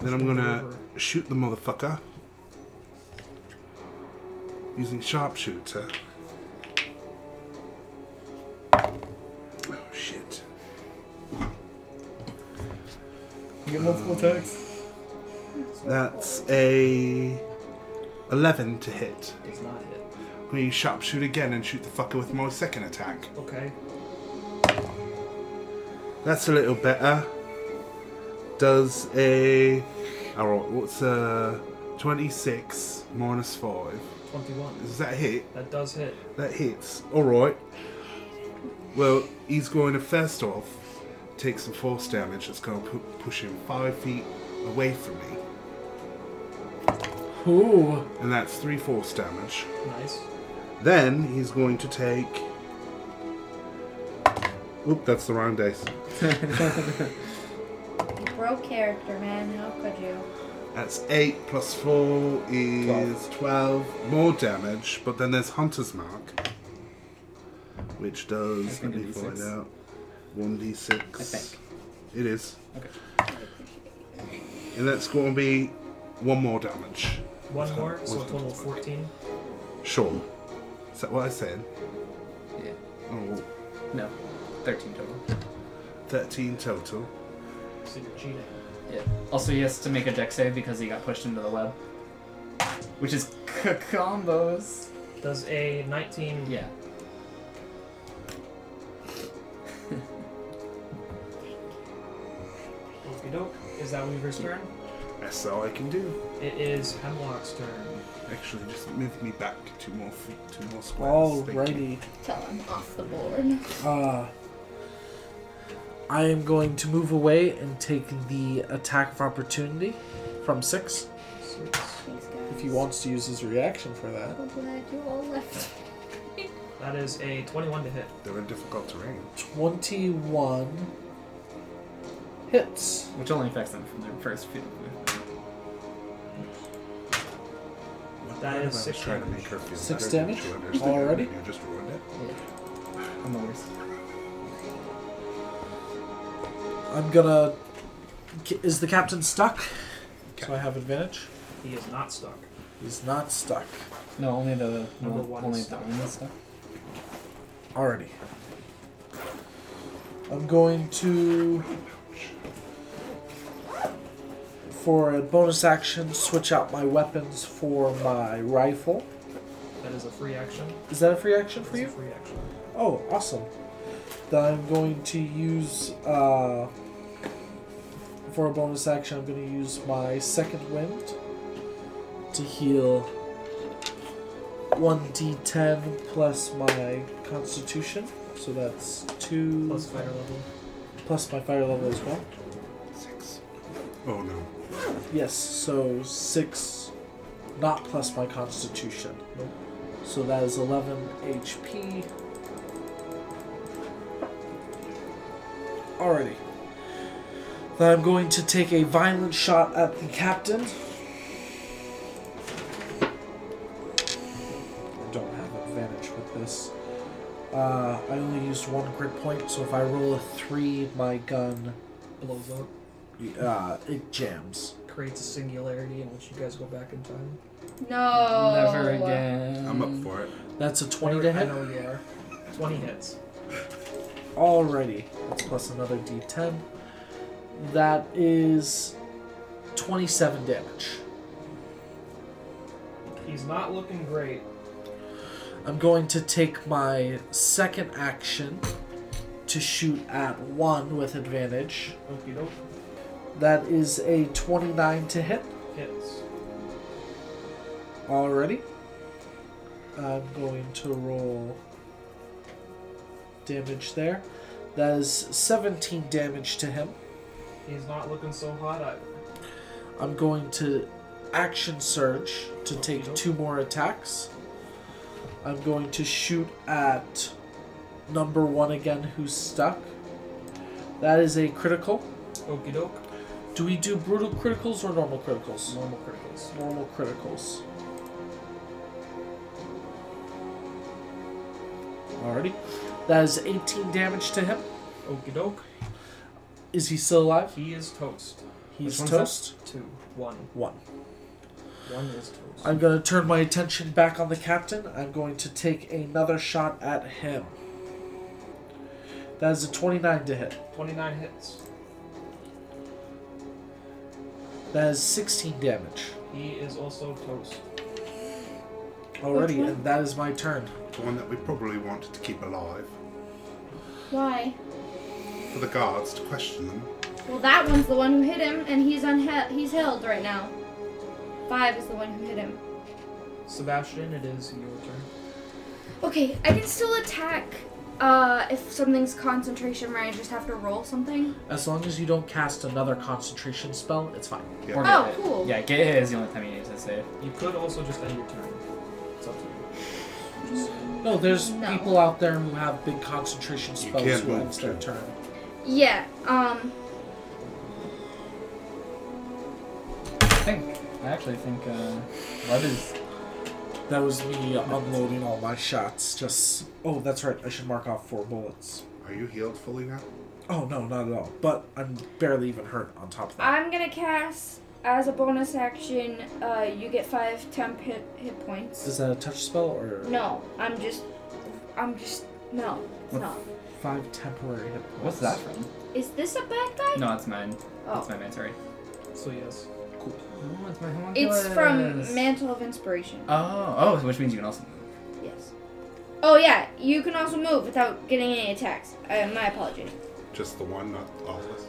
Speaker 2: Then I'm going to shoot the motherfucker. Using sharpshooter. Oh shit.
Speaker 1: You get multiple attacks?
Speaker 2: That's a 11 to hit.
Speaker 5: Does not hit.
Speaker 2: I'm going to use sharpshoot again and shoot the fucker with my second attack.
Speaker 5: Okay.
Speaker 2: That's a little better. Does a. Alright, what's a. 26 minus 5.
Speaker 5: 21.
Speaker 2: Does that hit?
Speaker 5: That does hit.
Speaker 2: That hits. Alright. Well, he's going to first off take some force damage that's going to pu- push him 5 feet away from me.
Speaker 3: Ooh.
Speaker 2: And that's 3 force damage.
Speaker 5: Nice.
Speaker 2: Then he's going to take. Oop, that's the wrong dice.
Speaker 4: You broke character, man. How could you?
Speaker 2: That's 8 plus 4 is 12. More damage, but then there's Hunter's Mark, which does.
Speaker 1: think
Speaker 2: Let me
Speaker 1: a
Speaker 2: find
Speaker 1: D6.
Speaker 2: out. 1d6.
Speaker 1: I think.
Speaker 2: It is.
Speaker 1: Okay.
Speaker 2: And that's going to be one more damage.
Speaker 5: One more, so a
Speaker 2: What's-
Speaker 5: total of 14.
Speaker 2: Sure. Is that what I said?
Speaker 1: Yeah.
Speaker 2: Oh,
Speaker 1: No. 13 total.
Speaker 2: 13 total.
Speaker 5: So you're cheating.
Speaker 1: Yeah. Also, he has to make a deck save because he got pushed into the web. Which is c- combos.
Speaker 5: Does a 19.
Speaker 1: Yeah.
Speaker 5: Okey-doke. Is that Weaver's turn?
Speaker 2: That's all I can do.
Speaker 5: It is Hemlock's turn.
Speaker 2: Actually, just move me back two more feet, two more squares. Thank you.
Speaker 3: Alrighty.
Speaker 4: Tell him off the board.
Speaker 3: Uh, I am going to move away and take the attack of opportunity from six
Speaker 5: Six.
Speaker 4: Thanks, guys.
Speaker 3: if he wants to use his reaction for that.
Speaker 4: I'm glad you all left.
Speaker 5: That is a 21 to hit.
Speaker 2: They're in difficult terrain.
Speaker 3: 21 hits.
Speaker 1: Which only affects them from their first few.
Speaker 2: What
Speaker 5: That
Speaker 2: if
Speaker 5: is
Speaker 2: I was
Speaker 5: six
Speaker 2: trying to
Speaker 5: damage.
Speaker 2: make her feel
Speaker 3: Six
Speaker 2: better,
Speaker 3: damage?
Speaker 2: She understood
Speaker 3: Already?
Speaker 2: And you just ruined it.
Speaker 1: I'm the worst.
Speaker 3: I'm gonna. Is the captain stuck? So I have advantage.
Speaker 5: He is not stuck.
Speaker 3: He's not stuck
Speaker 1: No, only the
Speaker 5: Number
Speaker 1: no,
Speaker 5: one
Speaker 1: only
Speaker 5: is
Speaker 1: the
Speaker 5: stuck.
Speaker 1: one is stuck.
Speaker 3: already. I'm going to. For a bonus action, switch out my weapons for my rifle.
Speaker 5: That is a free action.
Speaker 3: Is that a free action for
Speaker 5: That's a
Speaker 3: you?
Speaker 5: free action.
Speaker 3: Oh, awesome. Then I'm going to use, uh, for a bonus action, I'm going to use my second wind to heal 1d10 plus my constitution. So that's 2
Speaker 5: Plus fighter level.
Speaker 3: plus my fire level as well.
Speaker 2: Oh no.
Speaker 3: Yes, so 6, not plus my constitution. So that is 11 HP. Alrighty. Then I'm going to take a violent shot at the captain. I don't have advantage with this. Uh, I only used one grit point, so if I roll a 3, my gun,
Speaker 5: Blows up.
Speaker 3: uh, it jams.
Speaker 5: Creates a singularity in which you guys go back in time.
Speaker 4: No.
Speaker 1: Never again.
Speaker 2: I'm
Speaker 3: Mm.
Speaker 2: up for it.
Speaker 3: That's a 20 to
Speaker 5: I
Speaker 3: hit.
Speaker 5: know you are. 20 hits.
Speaker 3: Alrighty. That's plus another d10. That is 27 damage.
Speaker 5: He's not looking great.
Speaker 3: I'm going to take my second action to shoot at one with advantage.
Speaker 5: Okie doke.
Speaker 3: That is a 29 to hit.
Speaker 5: Hits.
Speaker 3: Already. I'm going to roll damage there. That is 17 damage to him.
Speaker 5: He's not looking so hot either.
Speaker 3: I'm going to action surge to take
Speaker 5: Okey-doke.
Speaker 3: two more attacks. I'm going to shoot at number one again, who's stuck. That is a critical.
Speaker 5: Okie doke.
Speaker 3: Do we do brutal criticals or normal criticals?
Speaker 5: Normal criticals.
Speaker 3: Normal criticals. Alrighty. That is 18 damage to him.
Speaker 5: Okie doke.
Speaker 3: Is he still alive?
Speaker 5: He is toast.
Speaker 3: He's
Speaker 1: one's that?
Speaker 3: toast.
Speaker 5: Two. One.
Speaker 3: One.
Speaker 5: One is toast.
Speaker 3: I'm going to turn my attention back on the captain. I'm going to take another shot at him. That is a 29 to hit.
Speaker 5: 29 hits.
Speaker 3: That is 16 damage
Speaker 5: He is also toast.
Speaker 3: already, and that is my turn.
Speaker 2: The one that we probably wanted to keep alive
Speaker 4: Why?
Speaker 2: for the guards to question them.
Speaker 4: Well, that one's the one who hit him, and he's on he- he's held right now. Five is the one who hit him.
Speaker 5: Sebastian, it is your turn.
Speaker 4: Okay, I can still attack uh, if something's concentration, where I just have to roll something.
Speaker 3: As long as you don't cast another concentration spell, it's fine.
Speaker 1: Or
Speaker 4: Oh,
Speaker 1: get hit.
Speaker 4: cool.
Speaker 1: Yeah, get hit is the only time you need to save.
Speaker 5: You could also just end your turn. It's up to you.
Speaker 3: No, there's
Speaker 4: No.
Speaker 3: people out there who have big concentration
Speaker 2: You
Speaker 3: spells
Speaker 2: can't
Speaker 3: who
Speaker 2: move
Speaker 3: ends their
Speaker 2: too.
Speaker 3: turn.
Speaker 4: Yeah. Um.
Speaker 1: I think. I actually think uh, Lev is.
Speaker 3: That was me unloading all my shots. Just oh, that's right. I should mark off four bullets.
Speaker 2: Are you healed fully now?
Speaker 3: Oh no, not at all. But I'm barely even hurt on top of that.
Speaker 4: I'm gonna cast as a bonus action. Uh, you get five temp hit hit points.
Speaker 3: Is that a touch spell or
Speaker 4: No, I'm just, I'm just no, it's
Speaker 3: What?
Speaker 4: not.
Speaker 3: five temporary hit points?
Speaker 1: What's that from?
Speaker 4: Is this a bad guy?
Speaker 1: No, it's mine.
Speaker 4: Oh.
Speaker 1: It's my man. Sorry.
Speaker 5: So yes.
Speaker 1: No, Oh, it's my
Speaker 4: It's from
Speaker 1: homunculus.
Speaker 4: Mantle of Inspiration.
Speaker 1: Oh, oh, which means you can also move.
Speaker 4: Yes. Oh yeah, you can also move without getting any attacks. Uh, my apologies.
Speaker 2: Just the one, not all of us?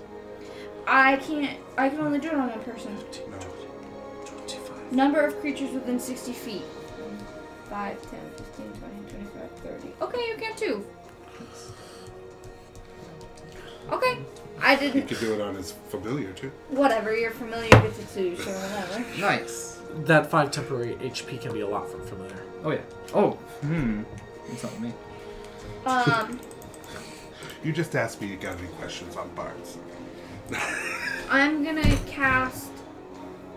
Speaker 4: I can't. I can only do it on one person.
Speaker 2: No.
Speaker 3: Twenty-five.
Speaker 4: Number of creatures within 60 feet. 5, 10, 15, 20, 25, 30. Okay, you can too. Okay. I
Speaker 2: He
Speaker 4: didn't.
Speaker 2: could do it on his familiar too.
Speaker 4: Whatever, you're familiar with the two, so whatever.
Speaker 1: Nice.
Speaker 3: That five temporary HP can be a lot from familiar.
Speaker 1: Oh yeah. Oh. Hmm. It's not me.
Speaker 4: Um,
Speaker 2: You just asked me you got any questions on bards.
Speaker 4: I'm gonna cast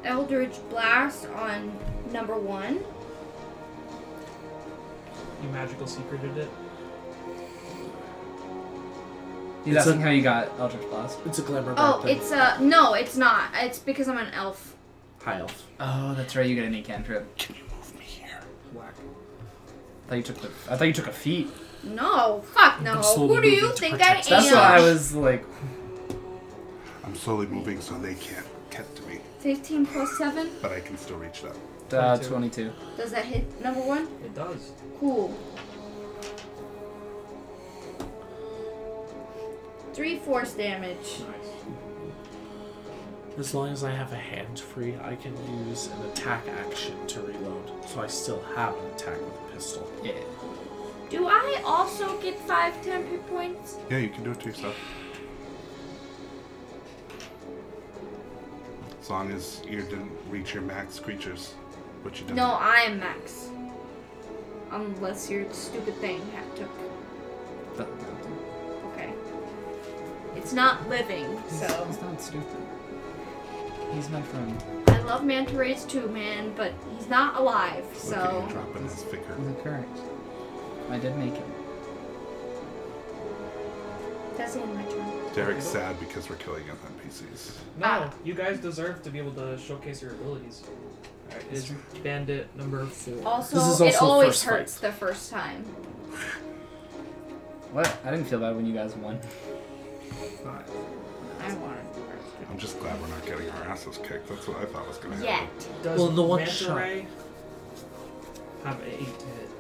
Speaker 4: Eldritch Blast on number one.
Speaker 5: You magical secreted it.
Speaker 1: He's
Speaker 3: It's
Speaker 1: asking
Speaker 3: a-
Speaker 1: how you got Eldritch Blast.
Speaker 3: It's a glamour
Speaker 4: Oh,
Speaker 3: back
Speaker 4: it's uh no, it's not. It's because I'm an elf.
Speaker 3: high elf.
Speaker 1: Oh, that's right. You get a new cantrip.
Speaker 2: Can you move me here?
Speaker 1: Whack. I thought you took the. uh, I thought you took a feat.
Speaker 4: No, fuck no.
Speaker 3: That's slowly
Speaker 4: Who do you
Speaker 3: moving to
Speaker 4: think I am?
Speaker 3: protect
Speaker 1: That's why I was like.
Speaker 2: I'm slowly moving so they can't get to me,
Speaker 4: 15 plus 7?
Speaker 2: but I can still reach them.
Speaker 1: Uh,
Speaker 5: 22.
Speaker 1: 22.
Speaker 4: Does that hit number one?
Speaker 5: It does.
Speaker 4: Cool. Three force damage.
Speaker 3: As long as I have a hand free, I can use an attack action to reload. So I still have an attack with a pistol.
Speaker 1: Yeah.
Speaker 4: Do I also get five temporary points?
Speaker 2: Yeah, you can do it to yourself. As long as you didn't reach your max creatures, which you didn't.
Speaker 4: No, I am max. Unless your stupid thing had took.
Speaker 1: Doesn't count.
Speaker 4: Okay. It's not living, so.
Speaker 1: He's not stupid. He's my friend.
Speaker 4: I love Manta Rays too, man, but he's not alive,
Speaker 2: Look at you
Speaker 4: so.
Speaker 2: dropping his figure.
Speaker 1: He's correct. I did make him.
Speaker 4: That's the end of my turn.
Speaker 2: Derek's sad because we're killing his NPCs.
Speaker 5: No,
Speaker 4: Ah.
Speaker 5: you guys deserve to be able to showcase your abilities. Alright, is bandit number four.
Speaker 4: Also,
Speaker 3: This is
Speaker 4: it
Speaker 3: also
Speaker 4: always
Speaker 3: first fight.
Speaker 4: hurts the first time.
Speaker 1: What? I didn't feel bad when you guys won.
Speaker 5: Five.
Speaker 4: I want it.
Speaker 2: I'm just glad we're not getting our asses kicked. That's what I thought was going to
Speaker 4: Yet.
Speaker 2: happen.
Speaker 5: Does
Speaker 3: Well, the one
Speaker 5: Manta
Speaker 3: shot.
Speaker 5: Ray have an eight to hit?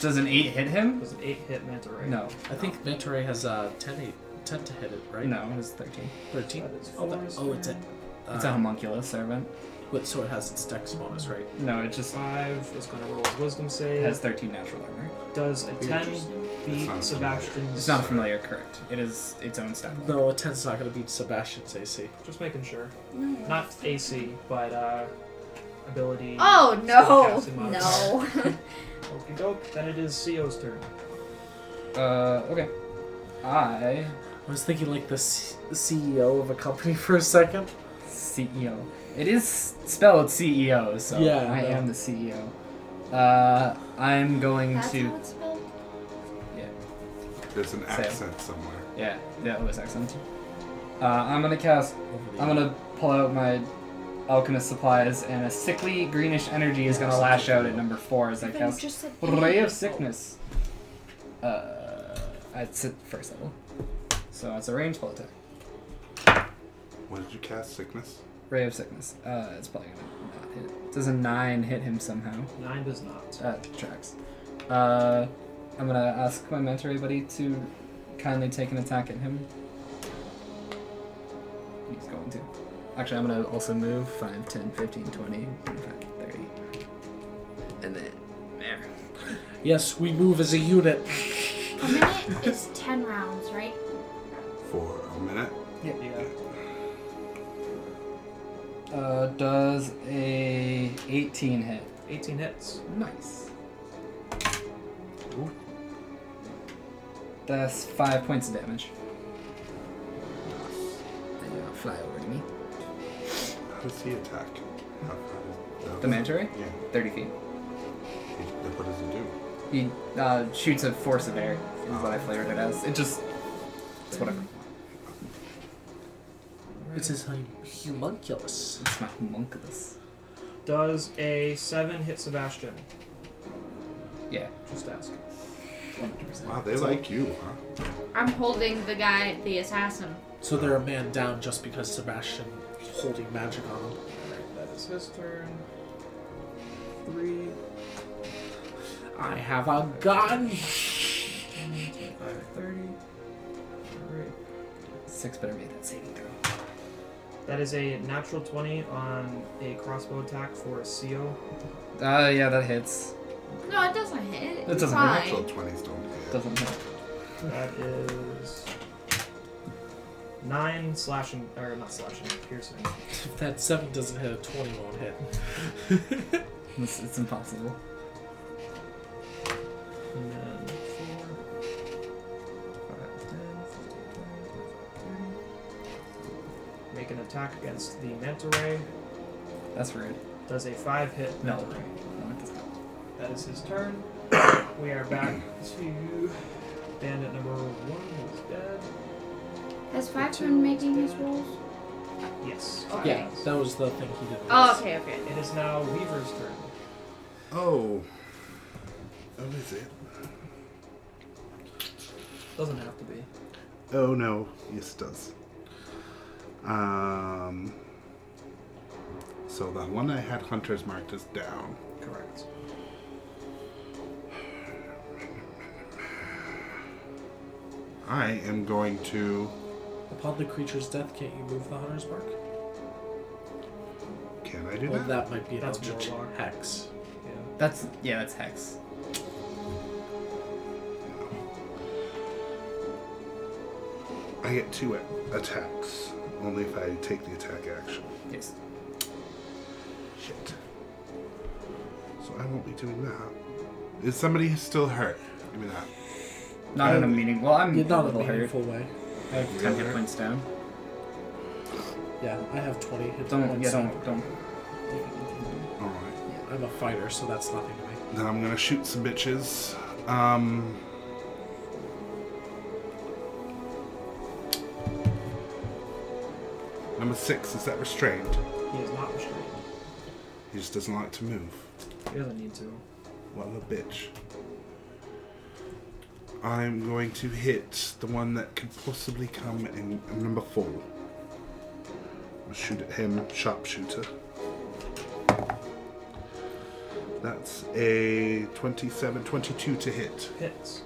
Speaker 1: Does an eight hit him?
Speaker 5: Does an eight hit Manta Ray?
Speaker 1: No.
Speaker 3: I think Manta Ray has uh, 10, eight, 10 to hit it, right?
Speaker 1: No, it was thirteen.
Speaker 3: 13?
Speaker 5: That is
Speaker 3: Oh, the-
Speaker 5: forest
Speaker 3: oh, it's a.
Speaker 5: fire.
Speaker 1: It's a
Speaker 3: uh,
Speaker 1: homunculus servant.
Speaker 3: wait, so it has its dex bonus, right?
Speaker 1: No, it just
Speaker 5: Five is going to roll his wisdom
Speaker 1: it
Speaker 5: save.
Speaker 1: has thirteen natural armor.
Speaker 5: Does a ten
Speaker 2: It's
Speaker 5: beat
Speaker 2: not
Speaker 5: Sebastian's?
Speaker 1: It's not familiar, correct? It is its own stat. block.
Speaker 3: No, a 10's not going to beat Sebastian's AC.
Speaker 5: Just making sure.
Speaker 4: No.
Speaker 5: Not AC, but uh, ability.
Speaker 4: Oh no!
Speaker 5: Spellcasting modifier.
Speaker 4: No.
Speaker 5: Okie doke. Then it is CO's turn.
Speaker 1: Uh, okay. I
Speaker 3: I was thinking like the C- CEO of a company for a second.
Speaker 1: CEO. E It is spelled CEO, so
Speaker 3: Yeah,
Speaker 1: I
Speaker 3: no.
Speaker 1: am the CEO. Uh, I'm going
Speaker 4: That's
Speaker 1: to.
Speaker 4: how it's spelled.
Speaker 2: There's an
Speaker 1: Same.
Speaker 2: accent somewhere.
Speaker 1: Yeah, that was excellent. Uh, I'm gonna cast.
Speaker 3: Over the-
Speaker 1: I'm gonna pull out my alchemist supplies, and a sickly greenish energy is gonna lash out at number four as I
Speaker 4: But you
Speaker 1: cast
Speaker 4: just said
Speaker 1: Ray of Sickness. Uh, it's at first level, so it's a range pull attack.
Speaker 2: What did you cast? Sickness?
Speaker 1: Ray of Sickness. Uh, it's probably gonna not hit. Does a nine hit him somehow?
Speaker 5: Nine does not.
Speaker 1: That uh, tracks. Uh, I'm gonna ask my mentor buddy to kindly take an attack at him. He's going to. Actually, I'm gonna also move 5, 10, 15, 20, 25, 30. And then there.
Speaker 3: Yes, we move as a unit.
Speaker 4: A minute is ten rounds, right?
Speaker 2: For a minute?
Speaker 5: Yeah.
Speaker 1: Uh, does a 18 hit.
Speaker 5: 18 hits.
Speaker 1: Nice. That's 5 points of damage. And you fly over to me.
Speaker 2: How does he attack? How, how does,
Speaker 1: The manta ray?
Speaker 2: Yeah.
Speaker 1: 30 feet.
Speaker 2: He- What does he do?
Speaker 1: He uh, shoots a force of air, is what I flavored it as. It just. It's whatever.
Speaker 3: It's his hum- homunculus.
Speaker 1: It's my homunculus.
Speaker 5: Does a seven hit Sebastian?
Speaker 1: Yeah.
Speaker 5: Just ask.
Speaker 2: Wow, they like you, huh?
Speaker 4: I'm holding the guy, the assassin.
Speaker 3: So they're a man down just because Sebastian holding magic on him.
Speaker 5: That is his turn. Three.
Speaker 3: I have a gun.
Speaker 5: 25, 30. Alright.
Speaker 1: Six better made that saving throw.
Speaker 5: That is a natural 20 on a crossbow attack for a CO.
Speaker 1: Uh, yeah, that hits.
Speaker 4: No, it doesn't hit. It's
Speaker 1: doesn't hit.
Speaker 4: fine.
Speaker 2: Natural 20s don't hit.
Speaker 1: Doesn't hit.
Speaker 5: That is Nine slashing, or not slashing, piercing.
Speaker 3: If that 7 doesn't hit, a 20 won't hit.
Speaker 1: It's, it's impossible.
Speaker 5: And then four, five, ten, fifteen, twenty, thirty. Make an attack against the manta ray.
Speaker 1: That's rude.
Speaker 5: Does a five hit
Speaker 1: No.
Speaker 5: manta ray?
Speaker 1: No, it doesn't.
Speaker 5: That is his turn. we are back to bandit number one is dead.
Speaker 4: Has Five been making his rolls?
Speaker 5: Yes.
Speaker 3: Yeah,
Speaker 4: Okay.
Speaker 3: that was the thing he did.
Speaker 4: Oh, okay, okay.
Speaker 5: It is now Weaver's turn.
Speaker 2: Oh. Oh, is it?
Speaker 5: Doesn't have to be.
Speaker 2: Oh no, yes it does. Um, so the one I had hunters marked is down.
Speaker 5: Correct.
Speaker 2: I am going to.
Speaker 3: Upon the creature's death, can't you move the hunter's mark?
Speaker 2: Can I do
Speaker 3: Well,
Speaker 2: that?
Speaker 3: that might be an
Speaker 5: That's
Speaker 3: Eldritch
Speaker 5: Warlock.
Speaker 3: hex.
Speaker 5: Yeah.
Speaker 1: That's yeah, that's hex.
Speaker 2: I get two a- attacks only if I take the attack action.
Speaker 1: Yes.
Speaker 2: Shit. So I won't be doing that. Is somebody still hurt? Give me that.
Speaker 1: Not in a
Speaker 2: Um,
Speaker 1: meaning. Well, I'm
Speaker 3: Yeah,
Speaker 1: a
Speaker 3: not in
Speaker 1: little
Speaker 3: a
Speaker 1: Hmm. hurt.
Speaker 3: meaningful way.
Speaker 1: I have ten hit points down.
Speaker 3: Yeah, I have 20 hit
Speaker 1: Don't
Speaker 3: points.
Speaker 1: yeah, don't don't.
Speaker 2: All right.
Speaker 3: I'm a fighter, so that's nothing to me.
Speaker 2: Then I'm gonna shoot some bitches. Um. Number six is that restrained.
Speaker 5: He is not restrained.
Speaker 2: He just doesn't like to move.
Speaker 5: He doesn't need to.
Speaker 2: What a bitch. I'm going to hit the one that could possibly come in in number four. I'll shoot at him, sharpshooter. That's a 27, 22 to hit.
Speaker 5: Hits.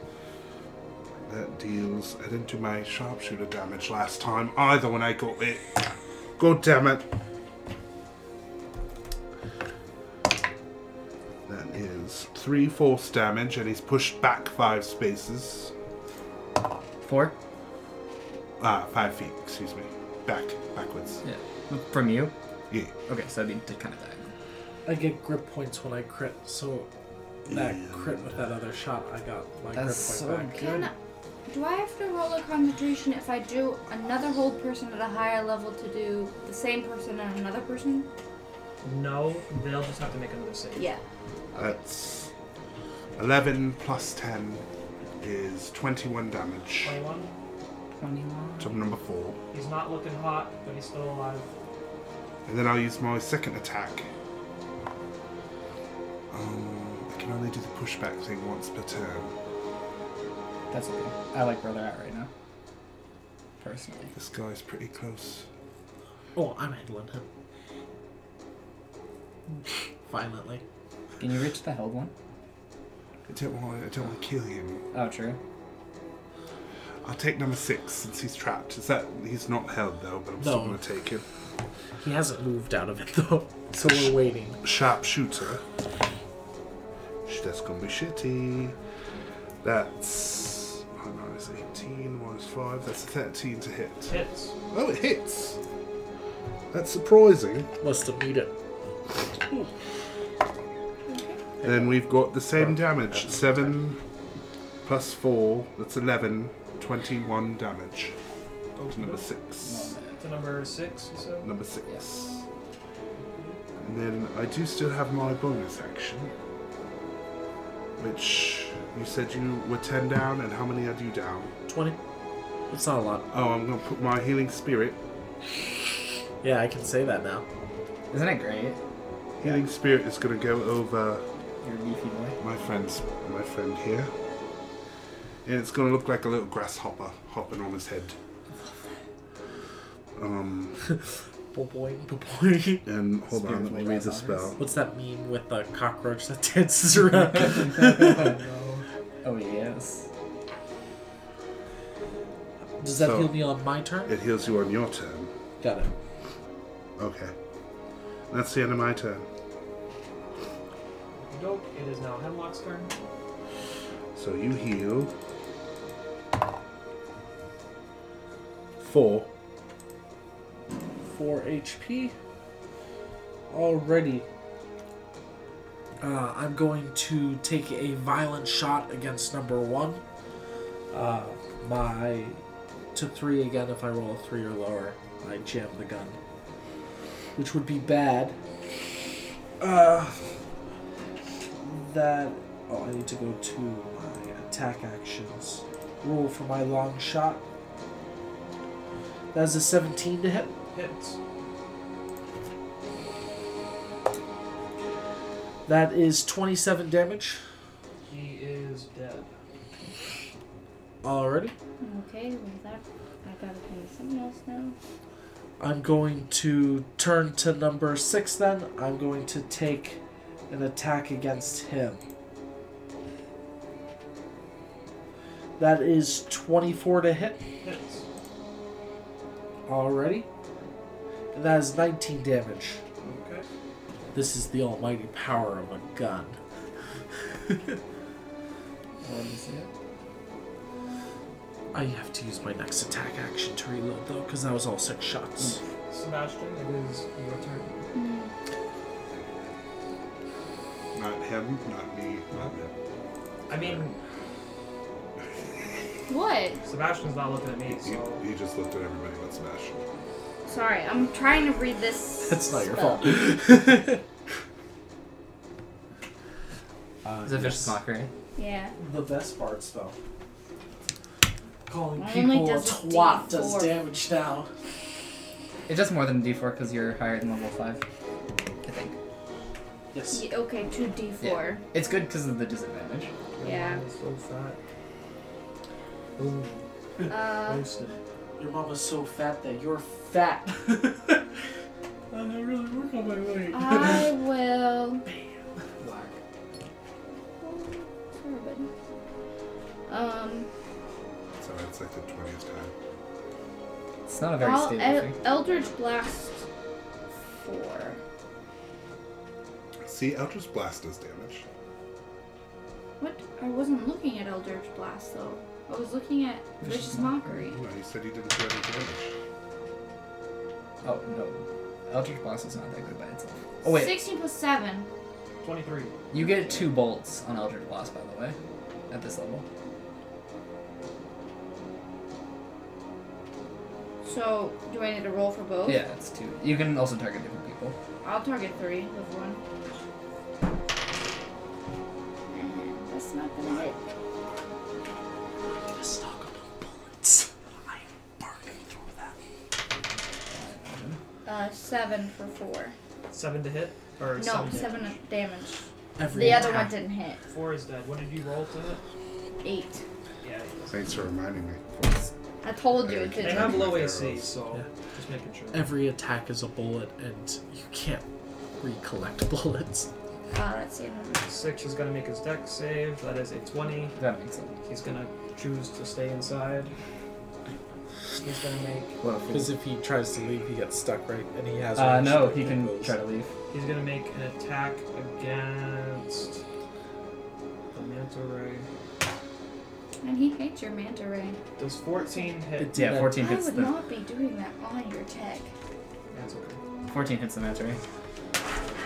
Speaker 2: That deals. I didn't do my sharpshooter damage last time either when I got it. God damn it. That is three force damage, and he's pushed back five spaces.
Speaker 1: Four?
Speaker 2: Ah, five feet, excuse me. Back, backwards.
Speaker 1: Yeah. From you?
Speaker 2: Yeah.
Speaker 1: Okay, so that'd be kind of diagonal.
Speaker 3: I get grip points when I crit, so that crit with that other shot, I got my grip point
Speaker 1: That's so
Speaker 3: back.
Speaker 4: Can do I have to roll a concentration if I do another whole person at a higher level to do the same person and another person?
Speaker 5: No, they'll just have to make another save.
Speaker 4: Yeah.
Speaker 2: That's 11 plus 10 is 21 damage
Speaker 5: 21.
Speaker 1: Twenty-one.
Speaker 2: to number four.
Speaker 5: He's not looking hot, but he's still alive.
Speaker 2: And then I'll use my second attack. Um, I can only do the pushback thing once per turn.
Speaker 1: That's okay. I like where they're at right now. Personally.
Speaker 2: This guy's pretty close.
Speaker 3: Oh, I'm handling him. Violently.
Speaker 1: Can you reach the held one?
Speaker 2: I don't want. I don't want to kill him.
Speaker 1: Oh, true.
Speaker 2: I'll take number six since he's trapped. Is that he's not held though? But I'm still
Speaker 3: No.
Speaker 2: gonna take him.
Speaker 3: He hasn't moved out of it, though, so we're waiting.
Speaker 2: Sharpshooter. Sh- That's gonna be shitty. That's oh no, it's 18 minus five. That's a 13 to hit.
Speaker 5: Hits.
Speaker 2: Oh, it hits. That's surprising.
Speaker 3: Must have beat it.
Speaker 2: Then we've got the same damage. 7 plus 4, that's 11, 21 damage. To number 6.
Speaker 5: To number six, you said?
Speaker 2: Number 6. And then I do still have my bonus action. Which you said you were 10 down, and how many are you down?
Speaker 3: 20. It's not a lot.
Speaker 2: Oh, I'm going to put my healing spirit.
Speaker 3: Yeah, I can say that now.
Speaker 1: Isn't it great?
Speaker 2: Healing spirit is going to go over
Speaker 1: You're a beefy boy.
Speaker 2: my friend's my friend here. And it's gonna look like a little grasshopper hopping on his head. Um,
Speaker 3: Boing, boing.
Speaker 2: and hold
Speaker 1: Speaking
Speaker 2: on,
Speaker 1: of
Speaker 2: let me read the
Speaker 1: grasshoppers.
Speaker 2: spell.
Speaker 3: What's that meme with the cockroach that dances around?
Speaker 1: Oh, yes.
Speaker 3: Does that
Speaker 2: So-
Speaker 3: heal me on my turn?
Speaker 2: It heals you on your turn.
Speaker 3: Got it.
Speaker 2: Okay. That's the end of my turn.
Speaker 5: Nope. It is now Hemlock's turn.
Speaker 2: So you heal. Four
Speaker 8: 4 HP. Alrighty.
Speaker 3: Uh, I'm going to take a violent shot against number one. Uh, my to three again. If I roll a three or lower, I jam the gun, which would be bad. Uh, that. Oh, I need to go to my attack actions. Roll for my long shot. That is a 17 to hit.
Speaker 5: Hits.
Speaker 3: That is 27 damage.
Speaker 5: He is dead.
Speaker 3: Already.
Speaker 4: Okay, with that, I gotta find something else now.
Speaker 3: I'm going to turn to number six then. I'm going to take an attack against him. That is 24 to hit
Speaker 5: Hits.
Speaker 3: already. And that is 19 damage.
Speaker 5: Okay.
Speaker 3: This is the almighty power of a gun.
Speaker 9: What is it?
Speaker 3: I have to use my next attack action to reload though, because that was all six shots.
Speaker 8: Mm.
Speaker 5: Sebastian, it is your turn.
Speaker 2: Not him, not me, not them.
Speaker 5: I mean,
Speaker 4: What?
Speaker 5: Sebastian's not looking at me, so.
Speaker 2: He, he just looked at everybody but Sebastian.
Speaker 4: Sorry, I'm trying to read this.
Speaker 3: That's not your
Speaker 4: spell.
Speaker 3: fault.
Speaker 8: Uh,
Speaker 1: It's a vicious mockery.
Speaker 4: Yeah.
Speaker 8: The best part, spell. Calling
Speaker 4: Mine only
Speaker 8: people a
Speaker 4: does a
Speaker 8: twat does
Speaker 4: D4.
Speaker 8: damage now.
Speaker 1: It does more than a d4 because you're higher than level 5. I think.
Speaker 8: Yes.
Speaker 4: Ye- okay, 2d4.
Speaker 1: It's good because of the disadvantage.
Speaker 4: Yeah.
Speaker 5: So fat. Ooh,
Speaker 4: Uh,
Speaker 5: roasted.
Speaker 8: Your mom is so fat that you're fat. I never really work on my weight.
Speaker 4: I will. Sorry, buddy. Um,
Speaker 2: So it's like the 20th time.
Speaker 1: It's not a very
Speaker 4: I'll
Speaker 1: stable
Speaker 4: El-
Speaker 1: thing.
Speaker 4: Eldritch Blast 4.
Speaker 2: See, Eldritch Blast does damage.
Speaker 4: What? I wasn't looking at Eldritch Blast though. I was looking at Vicious Mockery.
Speaker 2: No, you said he didn't do any damage.
Speaker 1: Oh, no. Eldritch Blast is not that good by itself. Oh, wait.
Speaker 4: 16 plus 7.
Speaker 5: 23.
Speaker 1: You get two bolts on Eldritch Blast, by the way, at this level.
Speaker 4: So, do I need to roll for both?
Speaker 1: Yeah, it's two. You can also target different people.
Speaker 4: I'll target 3 with one. Uh, That's not gonna hit.
Speaker 3: Gonna stock up on bullets. I am burning through that.
Speaker 4: Uh, 7 for 4.
Speaker 5: Seven to hit? Or
Speaker 4: No,
Speaker 5: seven,
Speaker 4: 7
Speaker 5: damage?
Speaker 4: of damage.
Speaker 3: Every
Speaker 4: The other
Speaker 3: attack
Speaker 4: one didn't hit.
Speaker 5: Four is dead. What did you roll to hit?
Speaker 4: 8.
Speaker 5: Yeah.
Speaker 2: Thanks for reminding me.
Speaker 4: I told you it
Speaker 5: They
Speaker 4: didn't
Speaker 5: have
Speaker 4: hit.
Speaker 5: low AC, so just making sure.
Speaker 3: every attack is a bullet and you can't recollect bullets.
Speaker 4: Uh, that's the end of it.
Speaker 5: Six is gonna make his deck save. That is a 20.
Speaker 1: That makes sense.
Speaker 5: He's gonna choose to stay inside. He's gonna make.
Speaker 1: What a fool.
Speaker 3: Because if he tries to leave, he gets stuck, right? And he has.
Speaker 1: Uh,
Speaker 3: ranged
Speaker 1: no, he
Speaker 3: lightning
Speaker 1: can
Speaker 3: bolts.
Speaker 1: try to leave.
Speaker 5: He's gonna make an attack against the manta ray.
Speaker 4: And he hates your manta ray.
Speaker 5: Does 14 hit?
Speaker 3: It
Speaker 1: Yeah,
Speaker 3: Yeah.
Speaker 1: 14
Speaker 4: I
Speaker 1: hits
Speaker 4: would
Speaker 1: the
Speaker 4: not be doing that on your tech.
Speaker 5: That's okay.
Speaker 1: 14 hits the manta ray.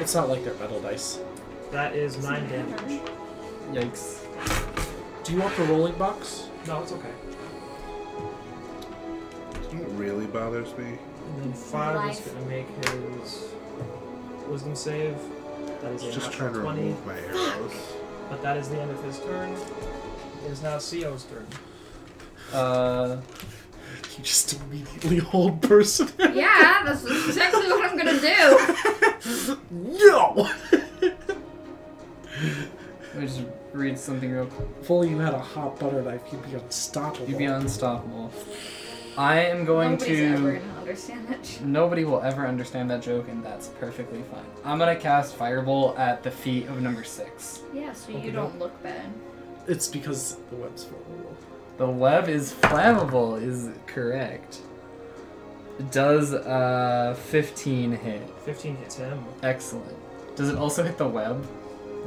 Speaker 3: It's not like they're metal dice.
Speaker 5: That is nine damage.
Speaker 1: Yikes.
Speaker 3: Do you want the rolling box?
Speaker 5: No, it's okay.
Speaker 2: You know what really bothers me?
Speaker 5: And then five is
Speaker 4: Life.
Speaker 5: gonna make his wisdom save. That is
Speaker 2: I
Speaker 5: a
Speaker 2: was just
Speaker 5: natural
Speaker 2: trying to
Speaker 5: 20,
Speaker 2: remove my arrows.
Speaker 5: but that is the end of his turn. It is now CO's turn.
Speaker 1: Uh,
Speaker 3: You just immediately hold person.
Speaker 4: yeah, that's exactly what I'm gonna do.
Speaker 3: no.
Speaker 1: let me just read something real quick.
Speaker 3: If only you had a hot butter knife, you'd be unstoppable.
Speaker 1: You'd be unstoppable. I am going
Speaker 4: Nobody's
Speaker 1: to.
Speaker 4: ever gonna understand that. joke.
Speaker 1: Nobody will ever understand that joke, and that's perfectly fine. I'm gonna cast Fireball at the feet of number six.
Speaker 4: Yeah, so
Speaker 5: Okay,
Speaker 4: you don't look bad.
Speaker 3: It's because the web's vulnerable.
Speaker 1: The web is flammable, is correct. Does uh 15 hit?
Speaker 5: 15 hits him.
Speaker 1: Excellent. Does it also hit the web?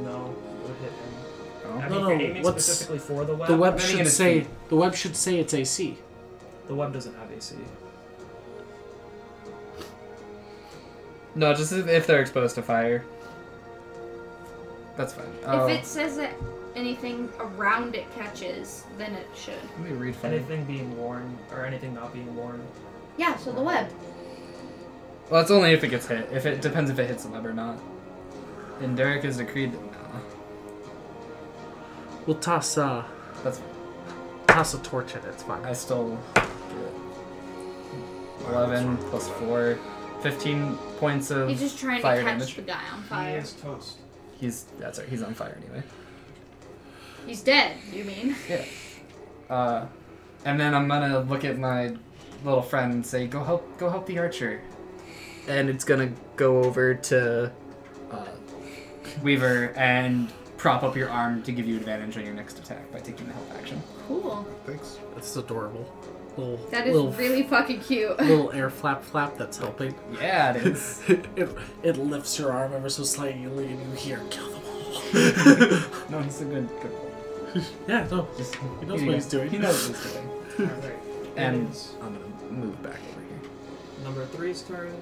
Speaker 5: No, it would hit him.
Speaker 1: Oh.
Speaker 3: No,
Speaker 5: I mean, if
Speaker 3: no,
Speaker 5: you're aiming
Speaker 3: what's-
Speaker 5: specifically for the web,
Speaker 3: The
Speaker 1: I'm
Speaker 3: web
Speaker 1: aiming
Speaker 3: should
Speaker 1: at his
Speaker 3: say.
Speaker 1: feet.
Speaker 3: The web should say it's AC.
Speaker 5: the web doesn't have AC.
Speaker 1: No, just if, if they're exposed to fire. That's fine. Oh,
Speaker 4: If it says that anything around it catches, then it should.
Speaker 1: let me read from.
Speaker 5: Anything being worn or anything not being worn.
Speaker 4: Yeah, so the web.
Speaker 1: Well, it's only if it gets hit. If it depends if it hits the web or not. And Derek is decreed. No,
Speaker 3: We'll toss a
Speaker 1: that's.
Speaker 3: toss a torch in. it, It's fine.
Speaker 1: I still.
Speaker 2: Wow, that's
Speaker 1: 11
Speaker 2: wrong.
Speaker 1: plus 4. 15 points of
Speaker 4: He's just trying
Speaker 1: fire
Speaker 4: to catch
Speaker 1: damage.
Speaker 4: the guy on
Speaker 5: He
Speaker 4: fire.
Speaker 5: is toast.
Speaker 1: He's that's right. He's on fire anyway.
Speaker 4: He's dead, you mean?
Speaker 1: Uh, and then I'm gonna look at my little friend and say, "Go help, go help the archer." And it's gonna go over to uh, Weaver and prop up your arm to give you advantage on your next attack by taking the help action.
Speaker 4: Cool.
Speaker 2: Thanks.
Speaker 3: It's adorable. Little
Speaker 4: That is
Speaker 3: little,
Speaker 4: really fucking cute.
Speaker 3: little air flap flap that's helping.
Speaker 1: Yeah, it is.
Speaker 3: it, it lifts your arm ever so slightly and you hear kill them all.
Speaker 1: no, he's a good, good.
Speaker 3: yeah, no.
Speaker 1: Just, he
Speaker 3: knows what he's doing.
Speaker 1: He knows what he's doing.
Speaker 5: Alright.
Speaker 1: And-
Speaker 5: it's
Speaker 1: I'm gonna move back over here.
Speaker 5: number three's turn.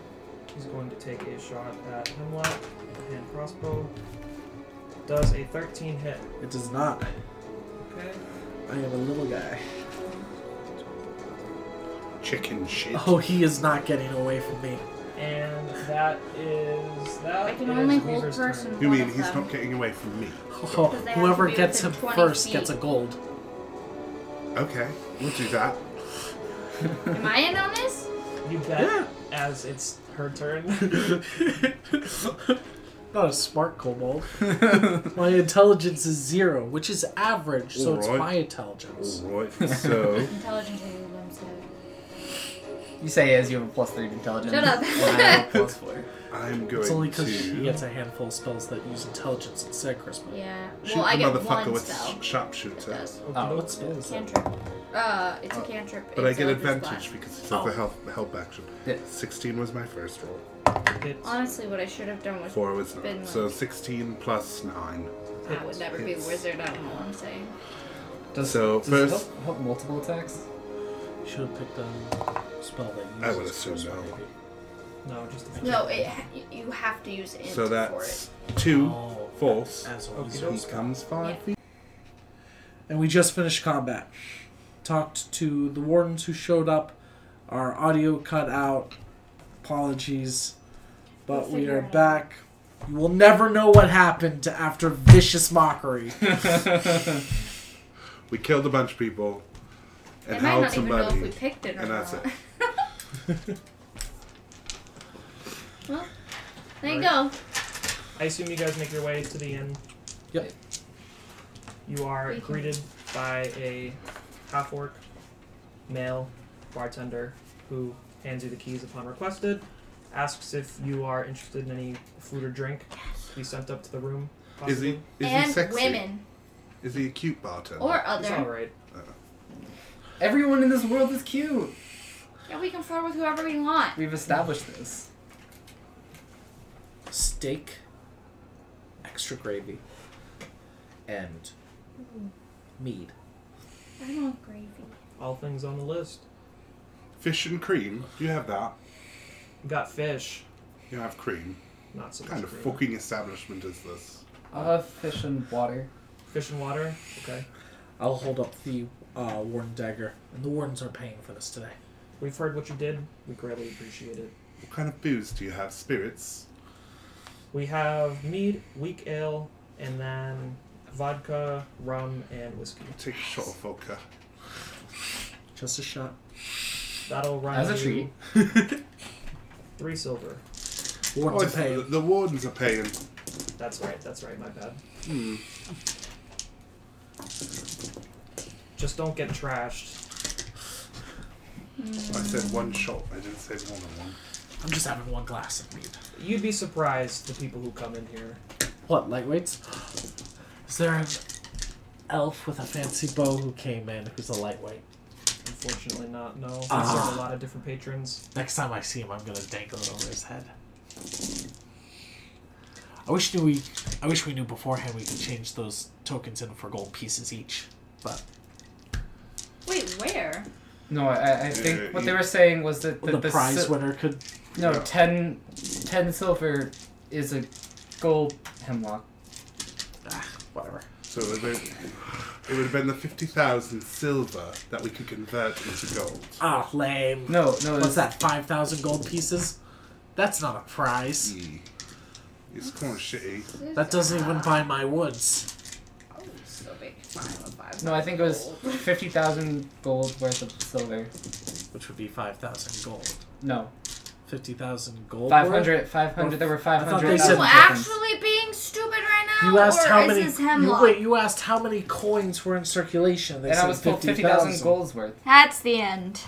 Speaker 5: He's going to take a shot at Hemlock. with a Hand crossbow. Does a 13 hit.
Speaker 3: It does not.
Speaker 5: Okay.
Speaker 3: I am a little guy.
Speaker 2: Chicken shit.
Speaker 3: Oh, he is not getting away from me.
Speaker 5: And that is that.
Speaker 4: I can
Speaker 5: is
Speaker 4: only hold
Speaker 5: Weaver's
Speaker 4: person.
Speaker 5: turn.
Speaker 2: you
Speaker 4: one
Speaker 2: mean
Speaker 4: of
Speaker 2: he's
Speaker 4: them.
Speaker 2: not getting away from me?
Speaker 3: Oh,
Speaker 4: Because they have
Speaker 3: whoever
Speaker 4: to be
Speaker 3: gets him
Speaker 4: within 20
Speaker 3: first
Speaker 4: feet.
Speaker 3: gets a gold.
Speaker 2: Okay, we'll do that.
Speaker 4: Am I in on this?
Speaker 5: You bet
Speaker 3: Yeah.
Speaker 5: as it's her turn.
Speaker 3: not a smart kobold. my intelligence is zero, which is average, so it's
Speaker 2: Alright.
Speaker 3: my intelligence.
Speaker 2: Alright, so.
Speaker 4: Intelligence is what I'm saying.
Speaker 1: You say as you have a plus three to intelligence.
Speaker 4: Shut up.
Speaker 1: and I have a plus four.
Speaker 2: I'm going
Speaker 3: It's only because she
Speaker 2: to
Speaker 3: gets a handful of spells that use intelligence instead, Crispin.
Speaker 4: Yeah.
Speaker 2: shoot
Speaker 4: well, I
Speaker 2: the
Speaker 4: get
Speaker 2: motherfucker
Speaker 4: one
Speaker 2: with
Speaker 4: spell.
Speaker 2: sh- sharpshooter,
Speaker 4: Does.
Speaker 1: Oh,
Speaker 3: Uh, What spell is that?
Speaker 4: Cantrip. Uh, it's a cantrip.
Speaker 2: but I
Speaker 4: it's
Speaker 2: get
Speaker 4: Eldritch
Speaker 2: advantage
Speaker 4: Blast.
Speaker 2: because it's oh. a help help action.
Speaker 1: Yeah.
Speaker 2: Sixteen was my first roll.
Speaker 5: It's,
Speaker 4: Honestly, what I should have done was
Speaker 2: Four was
Speaker 4: Been
Speaker 2: nine.
Speaker 4: like-
Speaker 2: So sixteen plus nine.
Speaker 4: I would never be a
Speaker 2: It's-
Speaker 4: wizard. I don't know what I'm saying.
Speaker 1: Does,
Speaker 2: So,
Speaker 1: does
Speaker 2: first-
Speaker 1: it help, help multiple attacks?
Speaker 3: Should have picked a spell that uses
Speaker 2: I would assume
Speaker 3: Crispin.
Speaker 2: no.
Speaker 5: no, just a
Speaker 4: No, it, you have to use int
Speaker 2: So
Speaker 4: for it.
Speaker 2: that's two
Speaker 3: Oh,
Speaker 2: false.
Speaker 3: as
Speaker 5: Okay,
Speaker 3: always.
Speaker 5: don't-
Speaker 2: He comes five
Speaker 4: Yeah.
Speaker 2: feet.
Speaker 3: And we just finished combat. Talked to the wardens who showed up. Our audio cut out. Apologies. But we are back. You will never know what happened after vicious mockery.
Speaker 2: We killed a bunch of people and
Speaker 4: they might
Speaker 2: held
Speaker 4: not even know if we
Speaker 2: somebody.
Speaker 4: picked it or
Speaker 2: and that's
Speaker 4: not.
Speaker 2: it.
Speaker 4: well, there you go.
Speaker 5: I assume you guys make your way to the inn.
Speaker 3: Yep.
Speaker 5: You are
Speaker 4: We can-
Speaker 5: greeted by a half orc male bartender who hands you the keys upon requested, asks if you are interested in any food or drink to be sent up to the room.
Speaker 2: Is
Speaker 5: Possibly.
Speaker 2: he is he
Speaker 4: and
Speaker 2: sexy?
Speaker 4: women
Speaker 2: Is he a cute bartender?
Speaker 4: or
Speaker 5: He's
Speaker 4: other.
Speaker 5: alright.
Speaker 1: Everyone in this world is cute.
Speaker 4: Yeah, we can flirt with whoever we want.
Speaker 1: We've established this.
Speaker 3: Steak, extra gravy, and mead.
Speaker 4: I don't want gravy.
Speaker 5: All things on the list.
Speaker 2: Fish and cream. Do you have that?
Speaker 5: You got fish.
Speaker 2: You have cream.
Speaker 5: Not so
Speaker 2: What
Speaker 5: much.
Speaker 2: kind of
Speaker 5: fruit.
Speaker 2: fucking establishment is this?
Speaker 1: I'll have fish and water.
Speaker 5: Fish and water. Okay.
Speaker 3: I'll hold up the uh, warden dagger. And the wardens are paying for this today.
Speaker 5: We've heard what you did. We greatly appreciate it.
Speaker 2: What kind of booze do you have? Spirits?
Speaker 5: We have mead, weak ale, and then vodka, rum, and whiskey.
Speaker 2: Take a shot of vodka.
Speaker 3: Just a shot.
Speaker 5: That'll run
Speaker 1: As a
Speaker 5: you
Speaker 1: treat.
Speaker 5: three silver.
Speaker 2: Oh,
Speaker 3: Warden
Speaker 2: it's-
Speaker 3: to pay.
Speaker 2: the, the wardens are paying.
Speaker 5: That's right. That's right. My bad.
Speaker 1: Hmm.
Speaker 5: Just don't get trashed.
Speaker 2: I said one shot. I didn't say more than one.
Speaker 3: I'm just having one glass of mead.
Speaker 5: You'd be surprised the people who come in here.
Speaker 3: What, lightweights? Is there an elf with a fancy bow who came in who's a lightweight?
Speaker 5: Unfortunately, not. No. We
Speaker 3: Ah.
Speaker 5: serve a lot of different patrons.
Speaker 3: Next time I see him, I'm gonna dangle it over his head. I wish knew we, I wish we knew beforehand we could change those tokens in for gold pieces each. But
Speaker 4: Wait, where?
Speaker 1: No, I, I- I
Speaker 2: Yeah,
Speaker 1: think what
Speaker 2: you-
Speaker 1: they were saying was that
Speaker 3: the,
Speaker 1: the
Speaker 3: prize
Speaker 1: si-
Speaker 3: winner could.
Speaker 1: no
Speaker 2: Yeah.
Speaker 1: ten ten silver is a gold hemlock.
Speaker 3: ah, Whatever.
Speaker 2: So it would have been, it would have been the 50,000 silver that we could convert into gold.
Speaker 3: Ah, lame.
Speaker 1: No, no,
Speaker 3: What's
Speaker 1: it's
Speaker 3: that? Five thousand gold pieces? That's not a prize.
Speaker 2: Mm. It's kind of shitty.
Speaker 3: That doesn't even buy my woods.
Speaker 4: Oh, so big. Five, five,
Speaker 1: No, I think it was fifty thousand gold worth of silver.
Speaker 3: Which would be five thousand gold.
Speaker 1: No,
Speaker 3: Fifty thousand gold. worth?
Speaker 1: 500, 500, There were
Speaker 3: I
Speaker 1: five
Speaker 3: thought
Speaker 1: hundred.
Speaker 3: they
Speaker 4: Are
Speaker 3: said-
Speaker 4: you actually being stupid right now?
Speaker 3: You asked
Speaker 4: or
Speaker 3: how
Speaker 4: is
Speaker 3: many.
Speaker 4: This
Speaker 3: you,
Speaker 4: hemlock?
Speaker 3: wait, you asked how many coins were in circulation. They
Speaker 1: and
Speaker 3: said
Speaker 1: I was told fifty
Speaker 3: 50,000.
Speaker 1: thousand golds worth.
Speaker 10: That's the end.